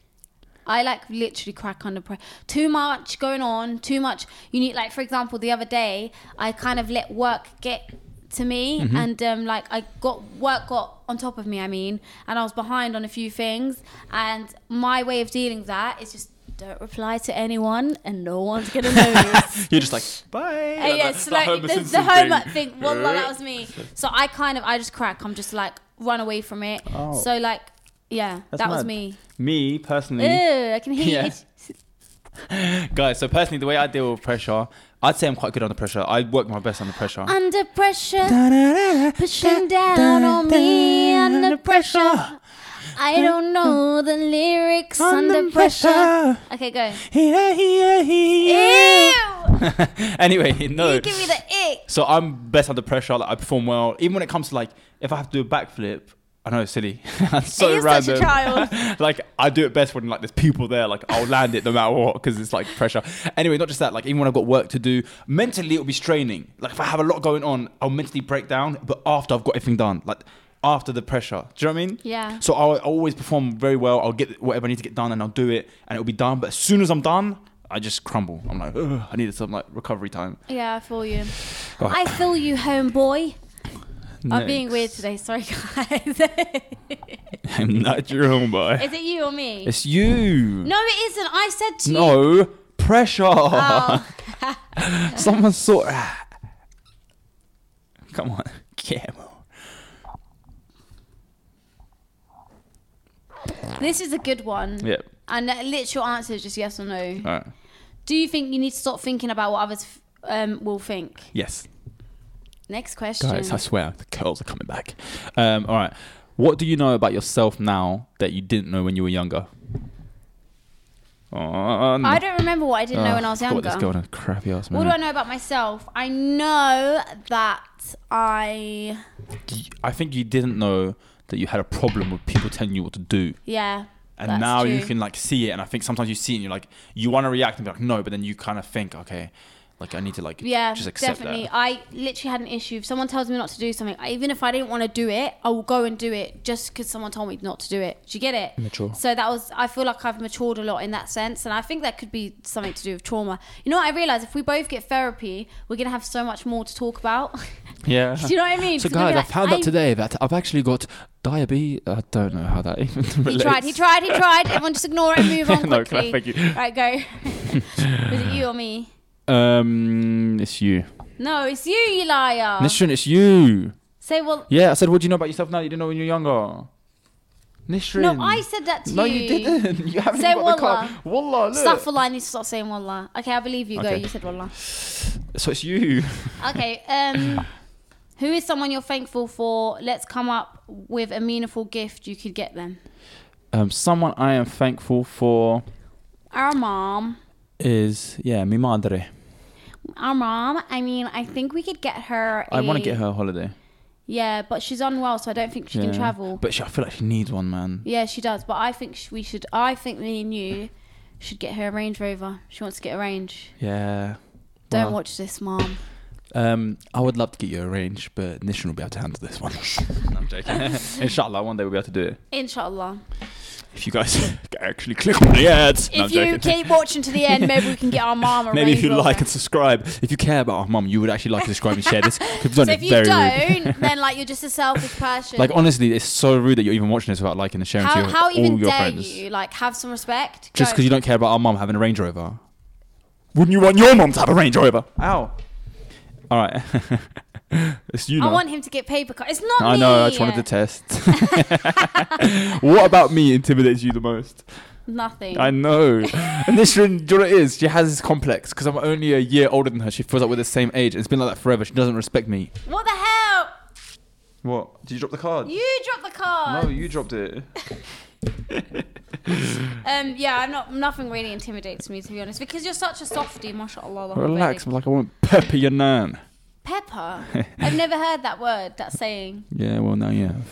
S2: I like literally crack under pressure. Too much going on. Too much. You need like for example, the other day I kind of let work get to me, and um, like I got work got on top of me. I mean, and I was behind on a few things, and my way of dealing with that is just don't reply to anyone, and no one's gonna notice.
S1: You're just like bye.
S2: Uh, yeah, it's like the, the, homework thing. Well, well, that was me. So I kind of, I just crack. I'm just like run away from it.
S1: Oh.
S2: So like, yeah,
S1: That's
S2: that was
S1: mad.
S2: me.
S1: Me personally,
S2: Ew, I can hear
S1: Yeah.
S2: it.
S1: guys. So personally, the way I deal with pressure, I'd say I'm quite good under pressure. I work my best under pressure.
S2: Under
S1: (laughs)
S2: pressure, pushing down on me. Under pressure, I don't know the lyrics. Under pressure. Okay, go. Ew, (laughs)
S1: anyway, (laughs) no.
S2: you give me the ick.
S1: So I'm best under pressure. Like I perform well, even when it comes to like if I have to do a backflip. I know it's silly. (laughs) That's so
S2: You're such a
S1: random. (laughs)
S2: child.
S1: like I do it best when like there's people there. Like I'll land it no matter what because it's like pressure. Anyway, not just that. Like even when I've got work to do, mentally it'll be straining. Like if I have a lot going on, I'll mentally break down. But after I've got everything done, like after the pressure, do you know what I mean?
S2: Yeah.
S1: So I'll always perform very well. I'll get whatever I need to get done and I'll do it and it'll be done. But as soon as I'm done, I just crumble. I'm like, Ugh, I needed some like recovery time.
S2: Yeah, I feel you.
S1: Right.
S2: I feel you, homeboy. I'm being
S1: Next.
S2: weird today. Sorry, (laughs) guys. Is
S1: (laughs) I'm not your own boy.
S2: it you or me?
S1: It's you.
S2: No, it isn't. I said to
S1: (laughs)
S2: you.
S1: No, pressure.
S2: Oh.
S1: Someone sort. ah. Come on. (laughs) Camel.
S2: This is a good one.
S1: Yeah.
S2: And uh, literal answer is just yes or no.
S1: All right.
S2: Do you think you need to stop thinking about what others f- um, will think?
S1: Yes.
S2: Next question.
S1: Guys, I swear, the curls are coming back. Um, all right. What do you know about yourself now that you didn't know when you were younger? Oh, no.
S2: I don't remember what I didn't know when I was younger.
S1: Got this girl in a crappy ass
S2: What do I
S1: moment.
S2: know about myself? I know that I,
S1: Y- I think you didn't know that you had a problem with people telling you what to do.
S2: yeah.
S1: And
S2: that's
S1: now you
S2: true.
S1: can like see it, and I think sometimes you see it, and you're like, you want to react and be like, no, but then you kind of think, okay, like I need to like
S2: Yeah,
S1: just accept
S2: definitely.
S1: that.
S2: I literally had an issue. If someone tells me not to do something, I- even if I didn't want to do it, I will go and do it just because someone told me not to do it. Do you get it?
S1: Mature.
S2: So that was. I feel like I've matured a lot in that sense, and I think that could be something to do with trauma. You know, what I realize if we both get therapy, we're gonna have so much more to talk about. (laughs)
S1: Yeah.
S2: do you know what I mean?
S1: (laughs) So,
S2: It's gonna
S1: guys,
S2: be
S1: I
S2: like,
S1: found out
S2: I-
S1: today that I've actually got diabetes. I don't know how that (laughs) even
S2: He tried. He tried. He tried. Everyone just ignore it
S1: (laughs)
S2: and move on
S1: No,
S2: quickly.
S1: thank you.
S2: Right, go. (laughs) Was it you or me?
S1: Um, it's you.
S2: No, it's you, you liar.
S1: Nisrin, it's you.
S2: Say well.
S1: Yeah, I said, what do you know about yourself now that you didn't know when you were younger? Nisrin.
S2: No, I said that to
S1: No,
S2: you.
S1: you didn't. (laughs) You haven't
S2: Say
S1: even got the card. Wallah, look.
S2: Suffer line needs to stop saying wallah. Okay, I believe you. Go.
S1: Okay.
S2: You said wallah.
S1: So it's you.
S2: Okay. Um, who is someone you're thankful for? Let's come up with a meaningful gift you could get them.
S1: Um, someone I am thankful for
S2: Our mom.
S1: is, yeah, mi madre.
S2: Our mom. I mean, I think we could get her.
S1: I want
S2: a-
S1: to get her a holiday.
S2: Yeah, but she's unwell, so I don't think Eh, she
S1: Yeah.
S2: can travel.
S1: But she, I feel like she needs one, man.
S2: Yeah, she does. But I think sh- we should. I think me and you should get her a Range Rover. She wants to get a Range.
S1: Yeah.
S2: Don't
S1: Wow.
S2: watch this, mom.
S1: Um, I would love to get you a range, but Nishan will be able to handle this one. (laughs) No, I'm joking. (laughs) Inshallah, one day we'll be able to do it.
S2: Inshallah.
S1: If you (laughs) guys actually click on the ads. No,
S2: if
S1: I'm
S2: you
S1: joking.
S2: keep watching to the end, maybe we can get our mom
S1: (laughs)
S2: a
S1: Maybe
S2: Range
S1: if you
S2: Rover.
S1: like and subscribe. If you care about our mum, you would actually like and subscribe and share this. 'cause we've done
S2: so
S1: it
S2: if you
S1: very rude. (laughs)
S2: don't, then like you're just a selfish person.
S1: Like honestly, it's so rude that you're even watching this without liking and sharing to
S2: how,
S1: your,
S2: how
S1: all
S2: even
S1: your
S2: dare
S1: friends.
S2: you? Like, have some respect.
S1: Just because you don't care about our mum having a Range Rover. Wouldn't you want your mum to have a Range Rover? Ow. All right. (laughs) it's you
S2: I
S1: now.
S2: want him to get paper cut. It's not
S1: I
S2: me.
S1: know. I just wanted to
S2: (laughs)
S1: test. (laughs) what about me intimidates you the most?
S2: Nothing.
S1: I know. And this, do you know what it is? She has this complex because I'm only a year older than her. She feels like we're the same age. It's been like that forever. She doesn't respect me.
S2: What the hell?
S1: What? Did you drop the card?
S2: You dropped the card.
S1: you dropped it.
S2: Um, yeah, I'm not. Nothing really intimidates me to be honest, because you're such a softie, mashallah.
S1: Relax. I'm like, I want pepper your nan. (laughs)
S2: Pepper. I've never heard that word, that saying.
S1: Yeah, well, now you have.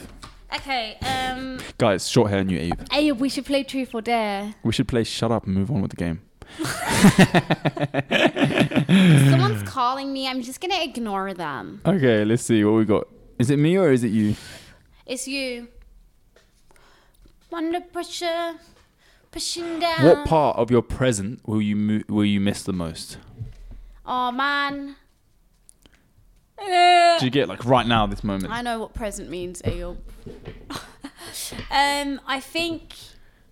S2: Okay, um,
S1: Guys, short hair, new Abe.
S2: Ayub, we should play Truth
S1: (laughs)
S2: or Dare.
S1: We should play shut up and move on with the game.
S2: Someone's calling me. I'm just gonna ignore (laughs) them.
S1: Okay, let's see what we got. Is it me or is it you?
S2: It's you. Under pressure, pushing down.
S1: What part of your present will you mo- will you miss the most?
S2: Oh man.
S1: Do you get like right now, this moment?
S2: I know what present means, Ayub. (laughs) um, I think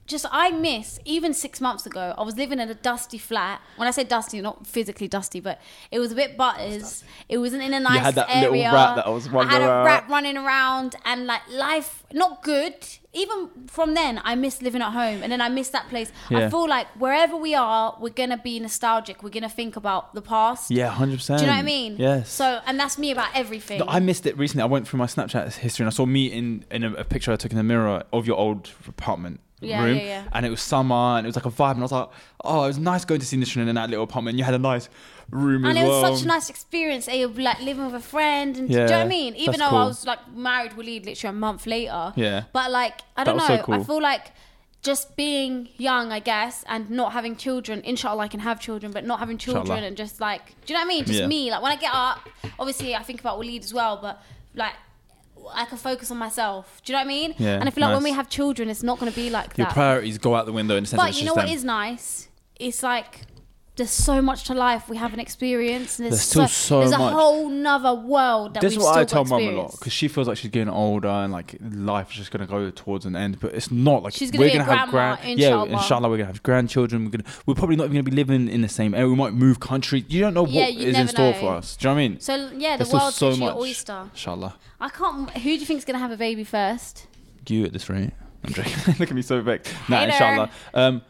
S2: just I miss even six months ago. I was living in a dusty flat. When I say dusty, not physically dusty, but it was a bit butters. It wasn't in a nice
S1: had that
S2: area.
S1: little rat that was running
S2: I had a
S1: around.
S2: rat running around, and like life not good. Even from then, I miss living at home, and then I miss that place. I
S1: Yeah.
S2: feel like wherever we are, we're gonna be nostalgic. We're gonna think about the past.
S1: Yeah, hundred percent.
S2: Do you know what I mean?
S1: Yes.
S2: So, and that's me about everything.
S1: No, I missed it recently. I went through my Snapchat history and I saw me in, in a, a picture I took in the mirror of your old apartment
S2: Yeah,
S1: room.
S2: yeah, yeah.
S1: And it was summer and it was like a vibe. And I was like, oh, it was nice going to see Nishan in that little apartment. And you had a nice room
S2: And
S1: as
S2: it
S1: well.
S2: was such a nice experience. eh, of, like living with a friend, and do you know
S1: Yeah,
S2: what I mean?
S1: that's
S2: Even though I
S1: cool.
S2: was like married with Lee literally a month later.
S1: Yeah.
S2: But like I don't know.
S1: was so
S2: I
S1: cool.
S2: feel like just being young, I guess, and not having children. Inshallah, I can have children, but not having children
S1: Inshallah.
S2: and just like do you know what I mean? Just
S1: Yeah.
S2: me. Like when I get up, obviously I think about Waleed as well, but like. I can focus on myself. Do you know what I mean?
S1: Yeah,
S2: and I feel like when
S1: nice.
S2: we have children, it's not going to be like
S1: Your
S2: that.
S1: priorities go out the window in a sense. that
S2: But
S1: it's
S2: you know
S1: just
S2: what
S1: them.
S2: is nice? It's like there's so much to life we haven't experienced. And there's,
S1: There's still so
S2: there's
S1: much.
S2: a whole nother world that
S1: This is
S2: we've
S1: what
S2: still
S1: I tell
S2: got
S1: mum a
S2: experience.
S1: lot because she feels like she's getting older and like life is just gonna go towards an end. But it's not like
S2: She's gonna be a grandma,
S1: yeah,
S2: inshallah.
S1: inshallah, we're gonna have grandchildren. We're gonna we're probably not even gonna be living in the same area. We might move country. You don't know what is
S2: Yeah, you
S1: in
S2: never
S1: store
S2: know.
S1: for us. Do you know what I mean?
S2: So yeah,
S1: There's
S2: the
S1: still
S2: world's
S1: so
S2: literally an
S1: much.
S2: oyster.
S1: Inshallah,
S2: I can't. Who do you think's gonna have a baby first?
S1: you at this rate, I'm
S2: (laughs)
S1: joking. Look at me so vexed. Nah,
S2: Hater.
S1: inshallah. Um,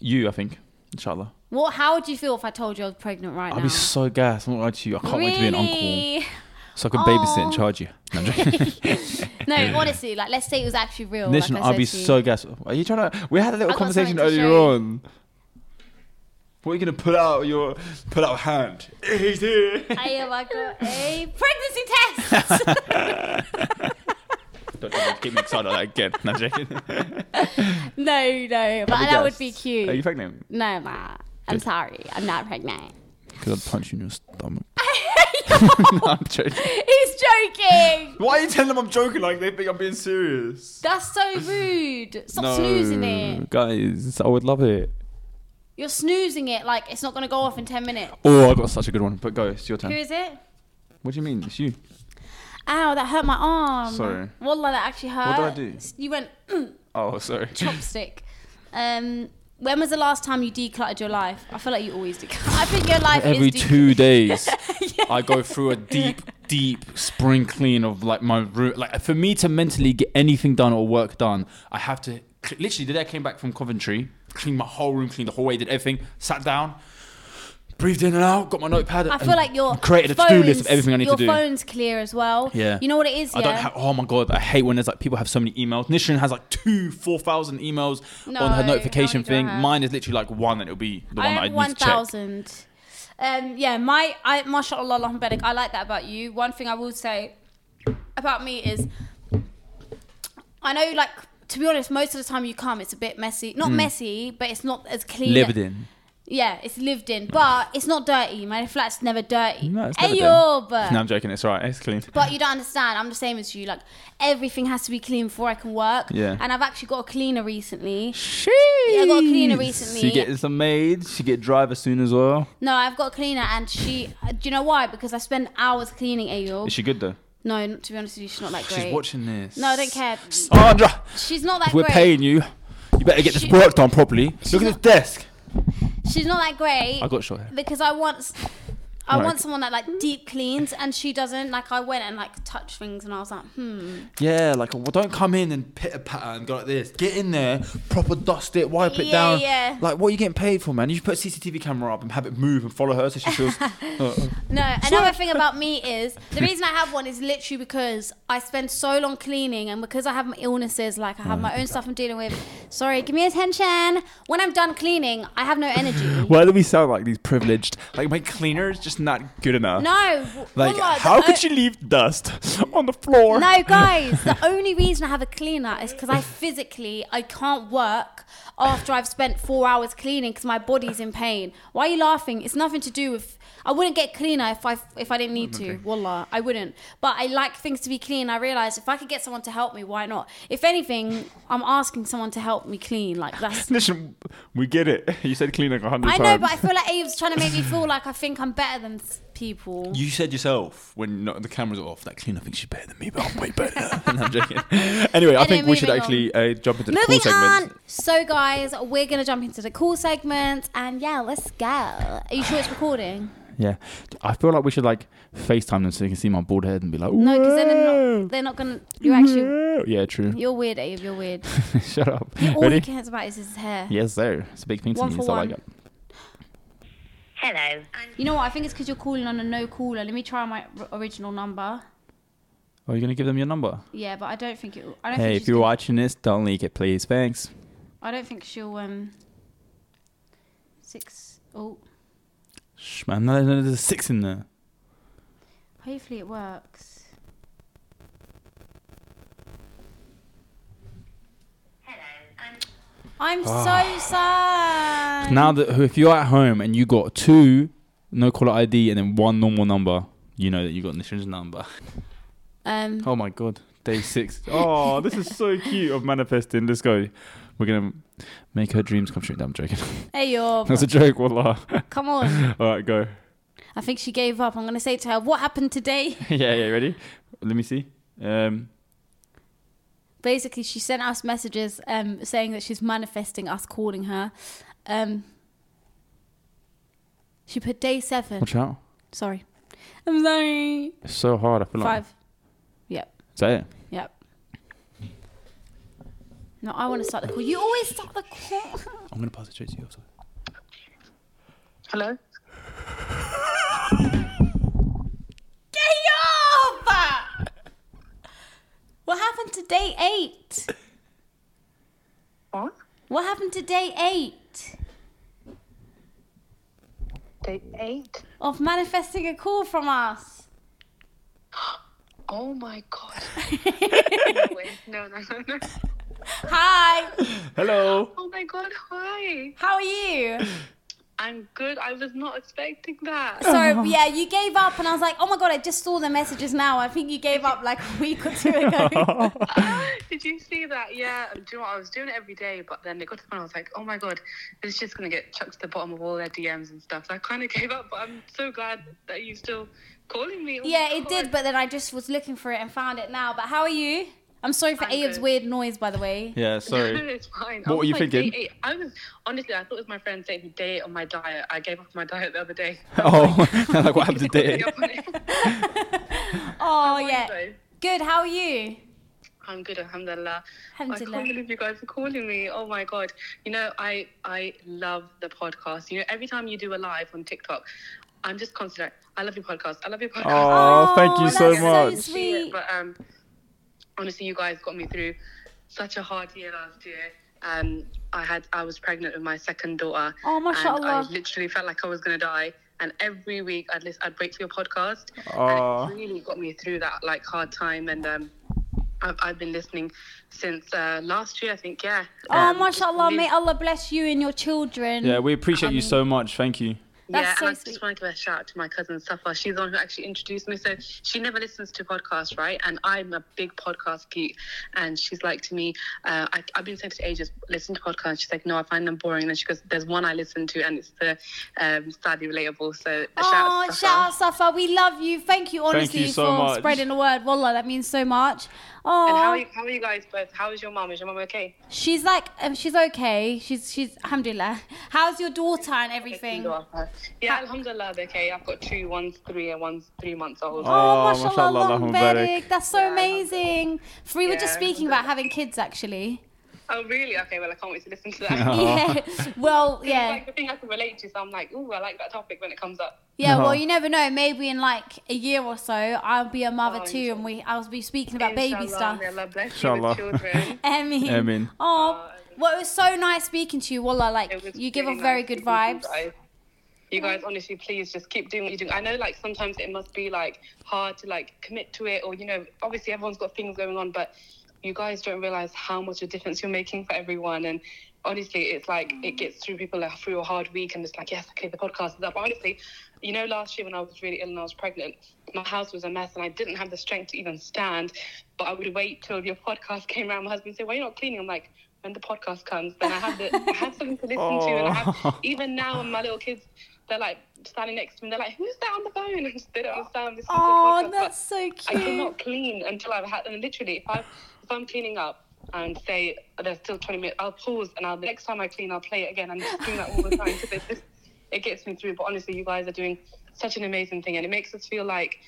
S1: you, I think, inshallah.
S2: What? How would you feel if I told you I was pregnant right
S1: I'll
S2: now?
S1: be so gassed. I'm not like you. I can't wait to be an uncle (laughs)
S2: Really? Oh.
S1: so I can babysit and
S2: Aw.
S1: charge you. No, I'm joking.
S2: no, honestly, like let's say it was actually real.
S1: Listen,
S2: like I
S1: I'll
S2: said
S1: be
S2: to you. (laughs)
S1: so gassed. Are you trying to? We had a little
S2: I've got
S1: conversation
S2: something to
S1: earlier
S2: show you.
S1: on. What are you gonna put out your put out hand? He's here.
S2: I am. I got a pregnancy test.
S1: (laughs) Don't get me excited like that again. No, I'm joking.
S2: (laughs) no, no, but that would be cute.
S1: Are you pregnant?
S2: no, ma. I'm sorry. I'm not (laughs) pregnant.
S1: Because I'd punch you in your
S2: (laughs)
S1: stomach. (laughs) no, I'm joking.
S2: He's joking.
S1: Why are you telling them I'm joking? Like they think I'm being serious.
S2: That's so rude. Stop snoozing it.
S1: guys, I would love it.
S2: You're snoozing it like it's not going to go off in 10 minutes.
S1: Oh, I got such a good one. But go, it's your
S2: Who
S1: turn.
S2: is it?
S1: What do you mean? It's you.
S2: Ow, that hurt my arm.
S1: Sorry.
S2: Wallah, that actually hurt.
S1: What did I do?
S2: You went (clears throat)
S1: Oh, sorry.
S2: chopstick. Um, when was the last time you decluttered your life? I feel like you always declutter. I think your life
S1: Every
S2: is de- (laughs)
S1: two days, I go through a deep, deep spring clean of like my room. Like for me to mentally get anything done or work done, I have to cl- literally. The day I came back from Coventry, cleaned my whole room, cleaned the hallway, did everything, sat down, breathed in and out, got my notepad.
S2: I
S1: and
S2: feel like your
S1: um, created a to-do list of everything I need
S2: your
S1: to do.
S2: phone's clear as well.
S1: Yeah.
S2: You know what it is, yeah?
S1: I don't have. Oh my god, I hate when there's like people have so many emails. Nishan has like two, four thousand emails on
S2: No, how
S1: her
S2: many
S1: notification
S2: do I
S1: thing.
S2: have?
S1: Mine is literally like one, and it'll be the one that
S2: I
S1: I
S2: have
S1: need
S2: one
S1: to check.
S2: thousand. Um, yeah, my I mashallah Allahumma barik, I like that about you. One thing I will say about me is I know like to be honest, most of the time you come, it's a bit messy. Not messy, but it's not as clean.
S1: Mm. Lived in.
S2: Yeah, it's lived in, but it's not dirty. My flat's never dirty.
S1: No, it's never
S2: Ayo, but-
S1: No, I'm joking. It's alright. It's clean.
S2: but you don't understand. I'm the same as you. Like everything has to be clean before I can work.
S1: Yeah.
S2: And I've actually got a cleaner recently.
S1: Sheesh.
S2: Yeah, I got a cleaner recently.
S1: She gets some maid. She get driver soon as well.
S2: No, I've got a cleaner, and she. uh, Do you know why? Because I spend hours cleaning Ayo.
S1: Is she good though?
S2: No, not, to be honest with you, she's not that great.
S1: She's watching this.
S2: No, I don't care.
S1: Sandra,
S2: She's not that
S1: if we're
S2: great.
S1: paying you. You better get this
S2: She-
S1: work done properly. Look at this
S2: not-
S1: desk.
S2: She's not that great
S1: I got short hair.
S2: because I want, I
S1: Right.
S2: want someone that like deep cleans, and she doesn't. Like I went and like touched things, and I was like, hmm.
S1: Yeah, like well, don't come in and pitter patter and go like this. Get in there, proper dust it, wipe it
S2: Yeah,
S1: down.
S2: yeah.
S1: Like what are you getting paid for, man? You should put a CCTV camera up and have it move and follow her so she
S2: (laughs)
S1: feels.
S2: No, another thing about me is the reason I have one is literally because I spend so long cleaning, and because I have my illnesses, like I have my own stuff I'm dealing with. Sorry, give me attention. When I'm done cleaning, I have no energy.
S1: Why do we sound like these privileged? Like my cleaner is just not good enough.
S2: No,
S1: Like,
S2: Wallah, the
S1: how
S2: o-
S1: could she leave dust on the floor? (laughs)
S2: uh, (laughs) No, guys, the only reason I have a cleaner is because I physically I can't work after I've spent four hours cleaning because my body's in pain. Why are you laughing? It's nothing to do with. I wouldn't get cleaner if I if I didn't need to. Wallah, I wouldn't. But I like things to be clean. I realize if I could get someone to help me, why not? If anything, I'm asking someone to help me clean. Like that's.
S1: Listen, we get it. You said clean like a hundred
S2: I
S1: times.
S2: know, but I feel like Abe's trying to make me feel like I think I'm better than s- people.
S1: you said yourself when not, the cameras are off that cleaner thinks she's better than me, but I'm way better. (laughs) and I'm joking. Anyway, I
S2: Anyway,
S1: think we should
S2: moving
S1: actually uh, jump into the
S2: Moving
S1: cool segment.
S2: on. So, guys, we're going to jump into the cool segment. And yeah, let's go. Are you sure it's recording?
S1: Yeah, I feel like we should like FaceTime them so they can see my bald head and be like,
S2: No, because then they're not, they're not going to. You're actually.
S1: yeah, true.
S2: You're weird, Abe. You're
S1: (laughs)
S2: weird.
S1: Shut up.
S2: All he
S1: Ready?
S2: cares about is his hair.
S1: Yes, sir. It's a big thing to
S2: One
S1: me.
S2: for
S1: So I like
S2: one.
S1: it.
S3: Hello.
S2: You know what? I think it's because you're calling on a no caller. Let me try my r- original number.
S1: Are you gonna give them your number?
S2: Yeah, but I don't think it. I don't
S1: Hey,
S2: think
S1: if
S2: she's
S1: you're
S2: gonna-
S1: watching this, don't leak it, please. Thanks.
S2: I don't think she'll. um Six. Oh,
S1: Shh, man. No, no, there's a six in there.
S2: hopefully it works. I'm so sad.
S1: Ah. Now that if you're at home and you got two no caller ID and then one normal number, you know that you got Nishan's number. (laughs)
S2: Um,
S1: Oh my god, day six. Oh, this is so cute of manifesting. Let's go. We're gonna make her dreams come true. No, I'm joking. (laughs)
S2: Hey, yo,
S1: That's a joke. Wallah.
S2: come on.
S1: All right, go. (laughs)
S2: I think she gave up. I'm going to say to her, what happened today?
S1: yeah, yeah. Ready? Let me see. Um,
S2: Basically, she sent us messages um, saying that she's manifesting us calling her. Um, she put day seven.
S1: watch out.
S2: Sorry. I'm sorry.
S1: It's so hard. I feel like.
S2: Five.
S1: Is that it?
S2: Yep. No, I want to start the call. You always start the call. (laughs)
S1: I'm gonna pass it straight to you. Also.
S3: Hello?
S2: Get up! What happened to day eight?
S3: What?
S2: What happened to day eight
S3: Day eight?
S2: of manifesting a call from us?
S3: Oh my god. (laughs) No way. No, no, no, no.
S2: (laughs) Hi,
S1: Hello.
S3: Oh my god, hi.
S2: how are you?
S3: I'm good. I was not expecting that.
S2: (laughs)
S1: Oh.
S2: So yeah, you gave up, and I was like, oh my god, I just saw the messages now. I think you gave up like a week or two
S1: (laughs)
S2: ago.
S3: Did you see that? Yeah. Do you know what? I was doing it every day, but then it got to the point I was like, oh my god, this is just going to get chucked to the bottom of all their DMs and stuff. So I kind of gave up, but I'm so glad that you're still calling me. Oh my
S2: yeah, it
S3: God.
S2: did, but then I just was looking for it and found it now. But how are you? I'm sorry for
S3: I'm
S2: Abe's
S3: good.
S2: weird noise, by the way. (laughs)
S1: Yeah. (laughs)
S3: No, (laughs)
S1: Sorry.
S3: it's fine.
S1: What
S3: I
S1: were
S3: was
S1: you
S3: like,
S1: thinking?
S3: Day eight. I was honestly, I thought it was my friend saying day eight on my diet. I gave up my diet the other day.
S1: (laughs) Oh, like what happened
S3: (laughs)
S1: today?
S2: Oh
S3: Fine,
S2: yeah,
S3: though.
S2: good. How are you?
S3: I'm good, alhamdulillah. I
S2: Alhamdulillah.
S3: can't believe you guys are calling me. Oh my god. You know, I I love the podcast. You know, every time you do a live on TikTok, I'm just constantly like, I love your podcast. I love your podcast.
S1: Oh, thank you so
S2: that's
S1: much.
S2: So
S3: Appreciate
S2: sweet.
S3: it. But um honestly you guys got me through such a hard year last year. Um I had I was pregnant with my second daughter.
S2: Oh,
S3: and I
S2: mashallah.
S3: literally felt like I was gonna die. And every week I'd listen, I'd wait for your podcast.
S1: Aw.
S3: And it really got me through that like hard time and um I've, I've been listening since uh, last year, I think. Yeah.
S2: Oh,
S3: Um,
S2: mashallah,
S3: just-
S2: may Allah bless you and your children.
S1: Yeah, we appreciate
S2: Um,
S1: you so much. Thank you.
S3: Yeah,
S2: That's so
S3: and I
S2: sweet.
S3: just want to give a shout out to my cousin Safa. She's the one who actually introduced me. So she never listens to podcasts, right? And I'm a big podcast geek. And she's like to me, uh, I, I've been saying to ages, listen to podcasts. She's like, no, I find them boring. And she goes, there's one I listen to, and it's the um, sadly relatable. So a shout
S2: Oh,
S3: out to Safa.
S2: shout out Safa. We love you. Thank you, honestly,
S1: you so
S2: for
S1: much.
S2: spreading the word. Wallah, that means so much. Oh,
S3: And how are, you, how are you guys both? How is your mom? Is your mom okay?
S2: she's like, um, she's okay. She's, she's, alhamdulillah. How's your daughter and everything? Oh,
S3: Yeah, alhamdulillah, they're okay. I've got two, one's three, and one's three months old.
S1: Oh,
S2: mashallah,
S1: mashallah,
S2: long
S1: Allahumma barik.
S2: barik. That's so amazing. We were just
S3: Yeah,
S2: speaking about having kids, actually.
S3: Oh, really? Okay, well, I can't wait to listen to that.
S1: Uh-huh.
S2: Yeah.
S1: (laughs)
S2: Well,
S3: It's
S2: yeah.
S3: like the thing I can relate to, so I'm like, ooh, I like that topic when it comes up.
S2: Yeah,
S1: Uh-huh.
S2: well, you never know. Maybe in like a year or so, I'll be a mother
S3: Oh,
S2: too, and we I'll be speaking about baby
S3: Inshallah,
S2: stuff.
S3: may Allah bless
S1: Inshallah.
S3: you with children.
S2: Amin.
S1: Amin.
S2: Oh, well, it was so nice speaking to you, Wallah.
S3: It was
S2: Like you give
S3: really
S2: off very
S3: nice
S2: good
S3: speaking to
S2: vibes.
S3: you guys. You guys, honestly, please just keep doing what you do. I know, like sometimes it must be like hard to like commit to it, or you know, obviously everyone's got things going on, but you guys don't realize how much a difference you're making for everyone. And honestly, it's like it gets through people like, through a hard week, and it's like, yes, okay, the podcast is up. Honestly, you know, last year when I was really ill and I was pregnant, my house was a mess, and I didn't have the strength to even stand. But I would wait till your podcast (laughs) came around. My husband said, "Why are you not cleaning?" I'm like, when the podcast comes, then I have the I have something to listen to, and I have even now when my little kids they're like standing next to me, they're like, "Who's that on the phone?" (laughs) And they don't understand this is
S2: Oh,
S3: the podcast.
S2: that's so
S3: but I
S2: cute.
S3: cannot clean until I've had. And literally, if I if I'm cleaning up and say there's still 20 minutes, I'll pause and I'll the next time I clean, I'll play it again. I'm just doing that all the time because it just it gets me through. But honestly, you guys are doing such an amazing thing, and it makes us feel like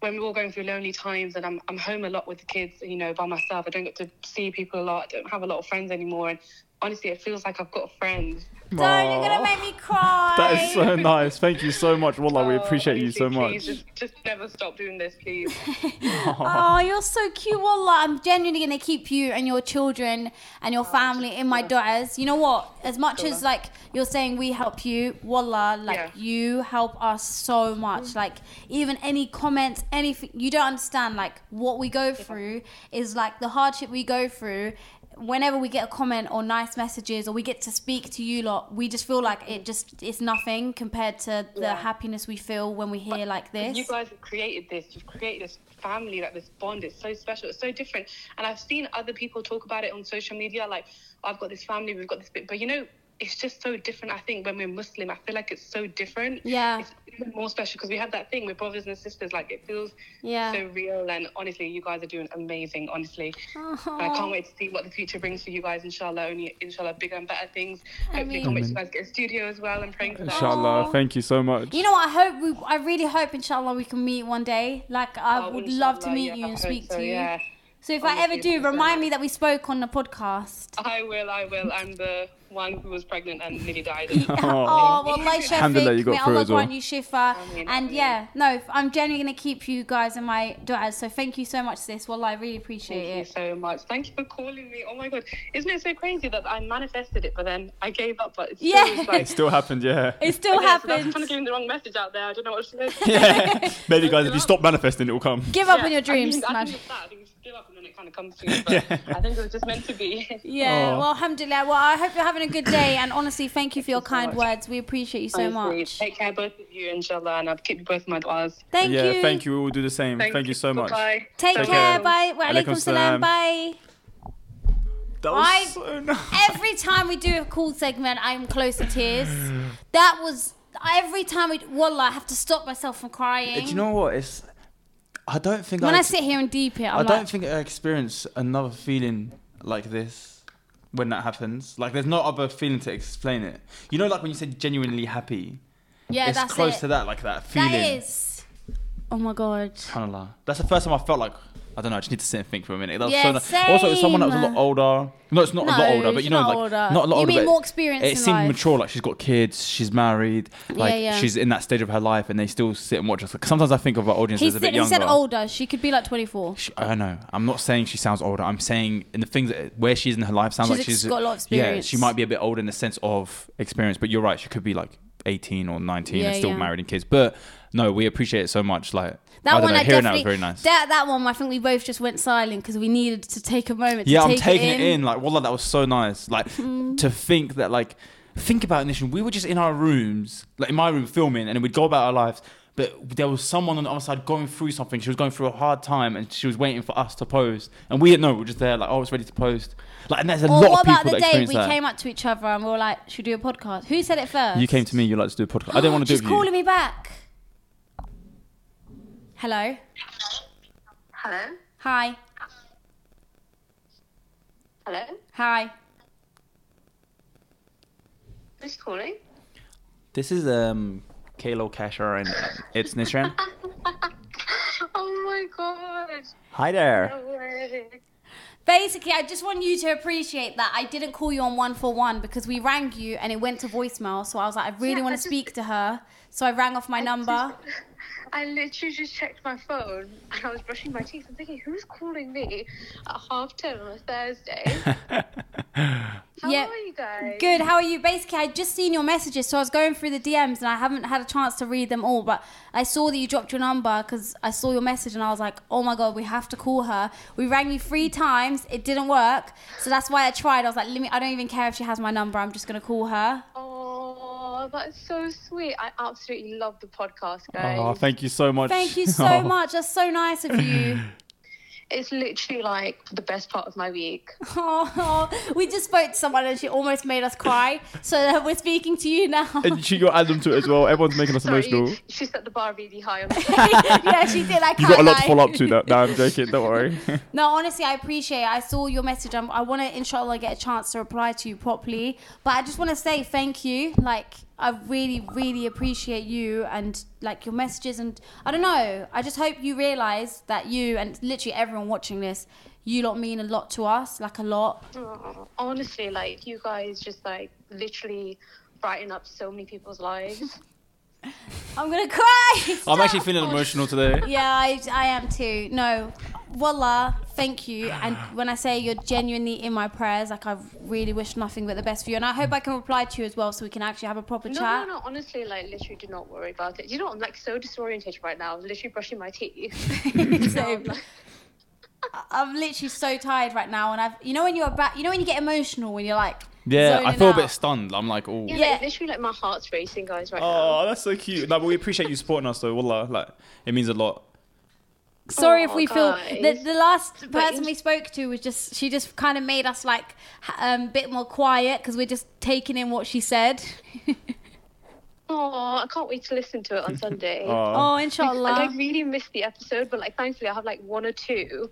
S3: when we're all going through lonely times and I'm, I'm home a lot with the kids, you know, by myself, I don't get to see people a lot, I don't have a lot of friends anymore. And honestly, it feels like I've got friends.
S2: Don't you're gonna
S1: Aw.
S2: make me cry.
S1: (laughs) That is so nice. Thank you so much. Wallah, we
S3: Oh,
S1: appreciate you
S3: honestly,
S1: so
S3: please,
S1: much.
S3: Just, just never stop doing this, please. (laughs)
S2: Oh, you're so cute, Wallah. I'm genuinely going to keep you and your children and
S3: Oh,
S2: your family in my daughters. You know what? As much as like you're saying we help you, Wallah, like
S3: Yeah. Mm.
S2: you help us so much. Like even any comments, anything you don't understand, like what we go through is like the hardship we go through. whenever we get a comment or nice messages or we get to speak to you lot, we just feel like it just it's nothing compared to the
S3: Yeah.
S2: happiness we feel when we hear like this. (laughs)
S3: You guys have created this. You've created this family, like this bond. It's so special. It's so different. And I've seen other people talk about it on social media. Like, I've got this family. We've got this bit. But you know, it's just so different. I think when we're Muslim, I feel like it's so different.
S2: Yeah.
S3: It's even more special because we have that thing with brothers and sisters. Like, it feels
S2: Yeah.
S3: so real. And honestly, you guys are doing amazing. Honestly, And I
S2: Aw.
S3: can't wait to see what the future brings for you guys. Inshallah, only inshallah, bigger and better things. Hopefully, I can't wait to you guys get a studio as well. I'm praying for that.
S1: Inshallah, thank you so (laughs) much.
S2: You know what? I hope we, I really hope, inshallah, we can meet one day. Like, I
S3: Oh,
S2: would love to
S3: inshallah,
S2: meet
S3: yeah,
S2: you
S3: I
S2: and
S3: hope
S2: speak
S3: so,
S2: to you.
S3: yeah.
S2: So if I
S3: Honestly,
S2: ever do,
S3: it's so
S2: remind me
S3: nice.
S2: that we spoke on the podcast.
S3: I will, I will. I'm the one who was pregnant and
S2: (laughs)
S3: nearly died.
S2: Oh, well, like
S1: Alhamdulillah, you
S2: Shafiq,
S1: got
S2: may
S1: through
S2: Allah
S1: as well.
S2: grant you shifa. And
S3: Ameen, ameen.
S2: yeah, no, I'm genuinely going to keep you guys in my du'as. So thank you so much, sis. Wallah, I really appreciate
S3: Thank you
S2: it.
S3: so much. Thank you for calling me. Oh my god, isn't it so crazy that I manifested it, but then I gave up? But it's still,
S2: Yeah. (laughs)
S3: it's like,
S1: It still happened, yeah. (laughs)
S2: It still
S3: Okay, so that's
S2: happened.
S3: kind of giving the wrong message out there. I don't know what to do.
S1: yeah. Maybe guys, if you stop manifesting, it will come.
S2: (laughs) Give up
S3: Yeah,
S2: on your dreams.
S3: I think, I
S2: Naj.
S3: think it's that. I think you just give up and then it kind of comes to you. But I think it was just meant to be. (laughs)
S2: Yeah,
S1: Aw.
S2: well, alhamdulillah. Well, I hope you're having a good day. And honestly, thank you for your
S3: so
S2: kind
S3: much.
S2: words. We appreciate you so
S3: Honestly,
S2: much.
S3: Take care, both of you, inshallah, and I'll keep you both in my du'as.
S2: Thank
S1: yeah,
S2: you.
S1: thank you. We will do the same. Thank, you so much.
S3: Bye-bye.
S2: Take
S1: Take
S2: care.
S1: care.
S2: Bye. Wa
S1: Alaikum
S2: alaikum
S1: salam.
S2: salam. Bye.
S1: That
S2: I-
S1: was so nice.
S2: Every time we do a call segment, I'm close to tears. That was every time we. Wallah, I have to stop myself from crying.
S1: Do you know what? It's I don't think
S2: when I
S1: ex-
S2: sit here and deep it, I'm
S1: I
S2: like,
S1: don't think I experience another feeling like this when that happens. Like there's no other feeling to explain it. You know, like when you said genuinely happy.
S2: yeah,
S1: it's
S2: that's
S1: close
S2: it.
S1: to that, like that feeling.
S2: that is. Oh my god.
S1: Subhanallah. That's the first time I felt like I don't know. I just need to sit and think for a minute. That was
S2: Yeah,
S1: so nice. Also, it was someone that was a
S2: same.
S1: lot older. No, it's not a lot
S2: No,
S1: older, but
S2: she's
S1: you know,
S2: not
S1: like
S2: older.
S1: not a lot
S2: You
S1: older.
S2: mean
S1: but
S2: more experienced
S1: It
S2: in
S1: seemed
S2: life.
S1: mature. Like she's got kids, she's married, like
S2: yeah.
S1: she's in that stage of her life, and they still sit and watch us. 'Cause Sometimes I think of our audience
S2: He
S1: as a
S2: said,
S1: bit
S2: he
S1: younger.
S2: said older. She could be like 24.
S1: She- I don't know. I'm not saying she sounds older. I'm saying in the things that, where she is in her life sounds
S2: She's
S1: like she's
S2: got a lot of
S1: Yeah,
S2: experience.
S1: she might be a bit older in the sense of experience, but you're right. She could be like 18 or 19
S2: Yeah,
S1: and still
S2: yeah.
S1: married and kids. But no, we appreciate it so much. Like
S2: That
S1: I don't
S2: one
S1: know,
S2: I
S1: hearing that
S2: definitely.
S1: was very nice.
S2: That that one, I think we both just went silent because we needed to take a moment.
S1: yeah,
S2: to
S1: I'm
S2: take Mm.
S1: taking it in. Like, wallah, that was so nice. Like, to think that, like, think about Nishan. We were just in our rooms, like in my room filming, and we'd go about our lives. But there was someone on the other side going through something. She was going through a hard time, and she was waiting for us to post. And we didn't know. We were just there, like, oh, it's ready to post. Like, and there's a
S2: Or
S1: lot
S2: what
S1: of people
S2: about the
S1: that
S2: day
S1: experience
S2: we
S1: that.
S2: came up to each other and we were like, "Should we do a podcast?" Who said it first?
S1: you came to me. You like to do a podcast. I
S2: (gasps)
S1: didn't want to do
S2: She's
S1: it. with you.
S2: calling me back. Hello.
S3: Hello?
S2: Hi.
S3: Hello?
S2: Hi.
S3: Who's calling?
S1: This is um, Kalo Kasher, and it's
S2: (laughs)
S1: Nishan.
S3: Oh my god.
S1: Hi there.
S3: No way.
S2: Basically, I just want you to appreciate that I didn't call you on one for one because we rang you and it went to voicemail. So I was like, I really
S3: Yeah,
S2: want to
S3: I just-
S2: speak to her. So I rang off my number.
S3: I literally just checked my phone and I was brushing my teeth. I'm thinking, who's calling me at half ten on a Thursday?
S1: (laughs)
S3: How
S2: Yeah.
S3: are you guys?
S2: Good. How are you? Basically, I just seen your messages, so I was going through the DMs and I haven't had a chance to read them all. But I saw that you dropped your number because I saw your message and I was like, oh my god, we have to call her. We rang you three times, it didn't work, so that's why I tried. I was like, let me. I don't even care if she has my number. I'm just gonna call her.
S3: Oh, that's so sweet. I absolutely love the podcast, guys.
S1: Oh, thank you so much.
S2: Thank you so
S1: (laughs) Oh.
S2: much. That's so nice
S1: (laughs)
S2: of you.
S3: It's literally like the best part of my week.
S2: Oh, we just spoke to someone and she almost made us cry. So uh, we're speaking to
S1: (laughs)
S2: you now. (laughs)
S1: And she got Adam to it as well. Everyone's making us
S3: Sorry,
S1: emotional.
S3: she set the bar really high. On (laughs)
S2: yeah, she did. I
S1: You
S2: can't
S1: got a lot
S2: lie.
S1: to follow up to. No, no I'm joking. Don't
S2: (laughs)
S1: worry.
S2: No, honestly, I appreciate it. I saw your message. i I want to, inshallah, get a chance to reply to you properly. But I just want to say thank you. Like, I really, really appreciate you and, like, your messages. And I don't know. I just hope you realize that you and literally everyone watching this, you lot mean a lot to us. Like, a lot.
S3: Aw, Honestly, like you guys just like literally brighten up so many people's lives.
S2: I'm going to (laughs) cry.
S1: I'm actually
S2: Stop.
S1: feeling emotional today.
S2: Yeah, I, I am too. No, voila, thank you. And
S1: Ah.
S2: when I say you're genuinely in my prayers, like I really wish nothing but the best for you. And I hope I can reply to you as well so we can actually have a proper
S3: No,
S2: chat.
S3: no, no. Honestly, like literally, do not worry about it.
S2: (laughs)
S3: You know, I'm like so disoriented right now. I'm literally brushing my teeth.
S2: so, I- I'm literally so tired right now, and I've you know when you're back, you know when you get emotional when you're like
S1: Yeah, I
S2: zoning
S1: feel
S2: out?
S1: a bit stunned. I'm like, oh.
S4: Yeah,
S2: Yeah.
S4: Like, literally, like my heart's racing, guys, right
S1: Oh, that's so cute. No, but we appreciate you supporting us though. Wallah, like it means a lot.
S2: Sorry
S3: Oh,
S2: if
S4: Aw,
S2: we feel the,
S4: guys.
S2: the last person
S4: it's-
S2: we spoke to was just she just kind of made us like ha- um, bit more quiet because we're just taking in what she said. (laughs)
S1: Oh.
S4: now. Oh, I can't wait to listen to it on
S1: (laughs)
S4: Sunday.
S2: Oh,
S4: Like, I
S2: inshallah,
S4: really missed the episode, but like thankfully I have like one or two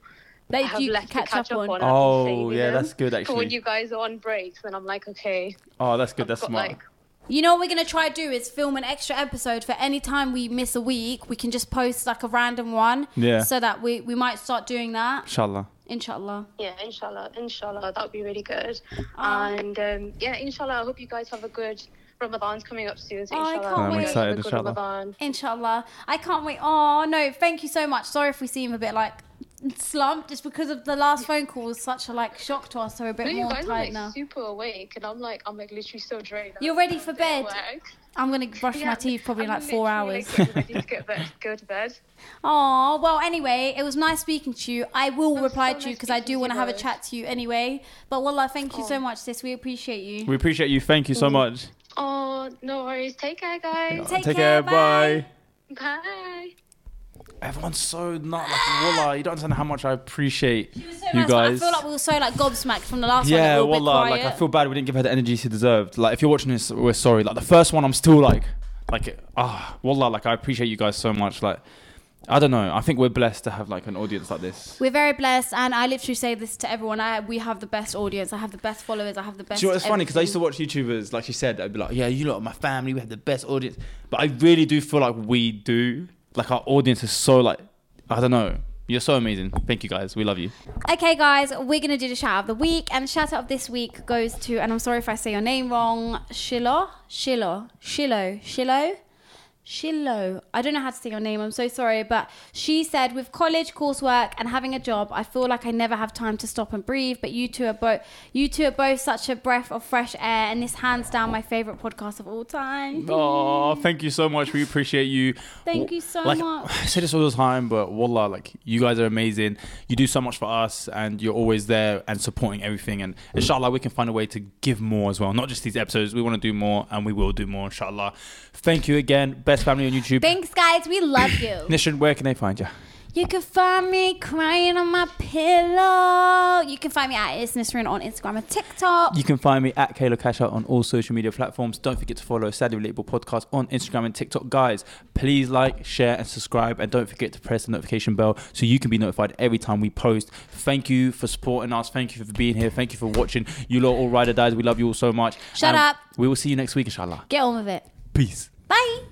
S4: I
S2: that
S4: have
S2: you can
S4: left
S2: catch,
S4: to catch
S2: up, on.
S4: I've been
S1: Oh,
S4: saving
S1: yeah,
S4: them
S1: that's good,
S4: For
S1: actually.
S4: when you guys are on breaks, then I'm like, okay,
S1: oh, that's good.
S4: I've
S1: that's
S4: got,
S1: smart.
S4: like
S2: You know what we're gonna try to do is film an extra episode for any time we miss a week. We can just post like a random one.
S1: Yeah.
S2: So that we we might start doing that.
S1: Inshallah.
S2: Inshallah.
S4: yeah, inshallah, inshallah, that would be really good.
S2: Aw.
S4: And um, yeah, inshallah, I hope you guys have a good Ramadan's coming up soon. So
S2: Aw, I
S4: inshallah,
S2: can't I'm wait.
S1: excited,
S4: have a good
S1: inshallah.
S4: Ramadan.
S2: Inshallah. I can't wait. Oh no, thank you so much. Sorry if we seem a bit like slumped just because of the last phone call was such a like shock to us, so we're a bit
S4: No, you
S2: more
S4: guys are
S2: tired
S4: like
S2: now.
S4: super awake, and I'm like, I'm like literally so drained.
S2: You're ready for bed.
S4: Work.
S2: I'm gonna brush
S4: Yeah,
S2: my teeth probably in
S4: I'm
S2: like four
S4: literally,
S2: hours.
S4: like, getting ready to get bed, go to
S2: (laughs)
S4: bed.
S2: Oh well. Anyway, it was nice speaking to you. I will
S4: was
S2: reply
S4: so
S2: to you
S4: nice
S2: because I
S4: speaking
S2: do
S4: to
S2: want to
S4: you
S2: have a
S4: both.
S2: chat to you anyway. But wallah, thank you so much, sis. We appreciate you.
S1: We appreciate you. Thank you so much.
S4: Oh, no worries. Take care, guys.
S2: Mm. Take care, bye.
S4: Bye.
S1: Everyone's so nut like wallah. You don't understand how much I appreciate
S2: It was so
S1: you
S2: nice, but I
S1: guys.
S2: feel like we were so like gobsmacked from the last
S1: yeah,
S2: one. Yeah,
S1: wallah. Like I feel bad we didn't give her the energy she deserved. Like if you're watching this, we're sorry. Like the first one, I'm still like, like ah, wallah. Like I appreciate you guys so much. Like I don't know. I think we're blessed to have like an audience like this.
S2: We're very blessed, and I literally say this to everyone. I we have the best audience. I have the best followers. I have the best.
S1: Do you know what's funny? Because I used to watch YouTubers, like she said, I'd be like, yeah, you lot are my family, we have the best audience. But I really do feel like we do. Like our audience is so like, I don't know. You're so amazing. Thank you guys. We love you.
S2: Okay, guys, we're gonna do the shout out of the week, and the shout out of this week goes to, and I'm sorry if I say your name wrong, Shilo, Shilo, Shilo, Shilo. Shilo, I don't know how to say your name, I'm so sorry, but she said, with college, coursework, and having a job, I feel like I never have time to stop and breathe. But you two are both, you two are both such a breath of fresh air, and this hands down my favorite podcast of all time.
S1: Oh, thank you so much. We appreciate you.
S2: Thank you so
S1: like,
S2: much.
S1: (sighs) I say this all the time, but wallah, like you guys are amazing. You do so much for us, and you're always there and supporting everything. And inshallah, we can find a way to give more as well. Not just these episodes. We want to do more, and we will do more. Inshallah. Thank you again, best family on YouTube.
S2: Thanks, guys, we love you.
S1: Nishan, where can they find you?
S2: You can find me crying on my pillow. You can find me at It's Nisrin on Instagram and TikTok.
S1: You can find me at Kayla Casher on all social media platforms. Don't forget to follow Sadly Relatable Podcast on Instagram and TikTok. Guys, please like, share, and subscribe. And don't forget to press the notification bell so you can be notified every time we post. Thank you for supporting us. Thank you for being here. Thank you for watching. You lot all ride or dies. We love you all so much.
S2: Shut up.
S1: We will see you next week, inshallah.
S2: Get on with it.
S1: Peace.
S2: Bye.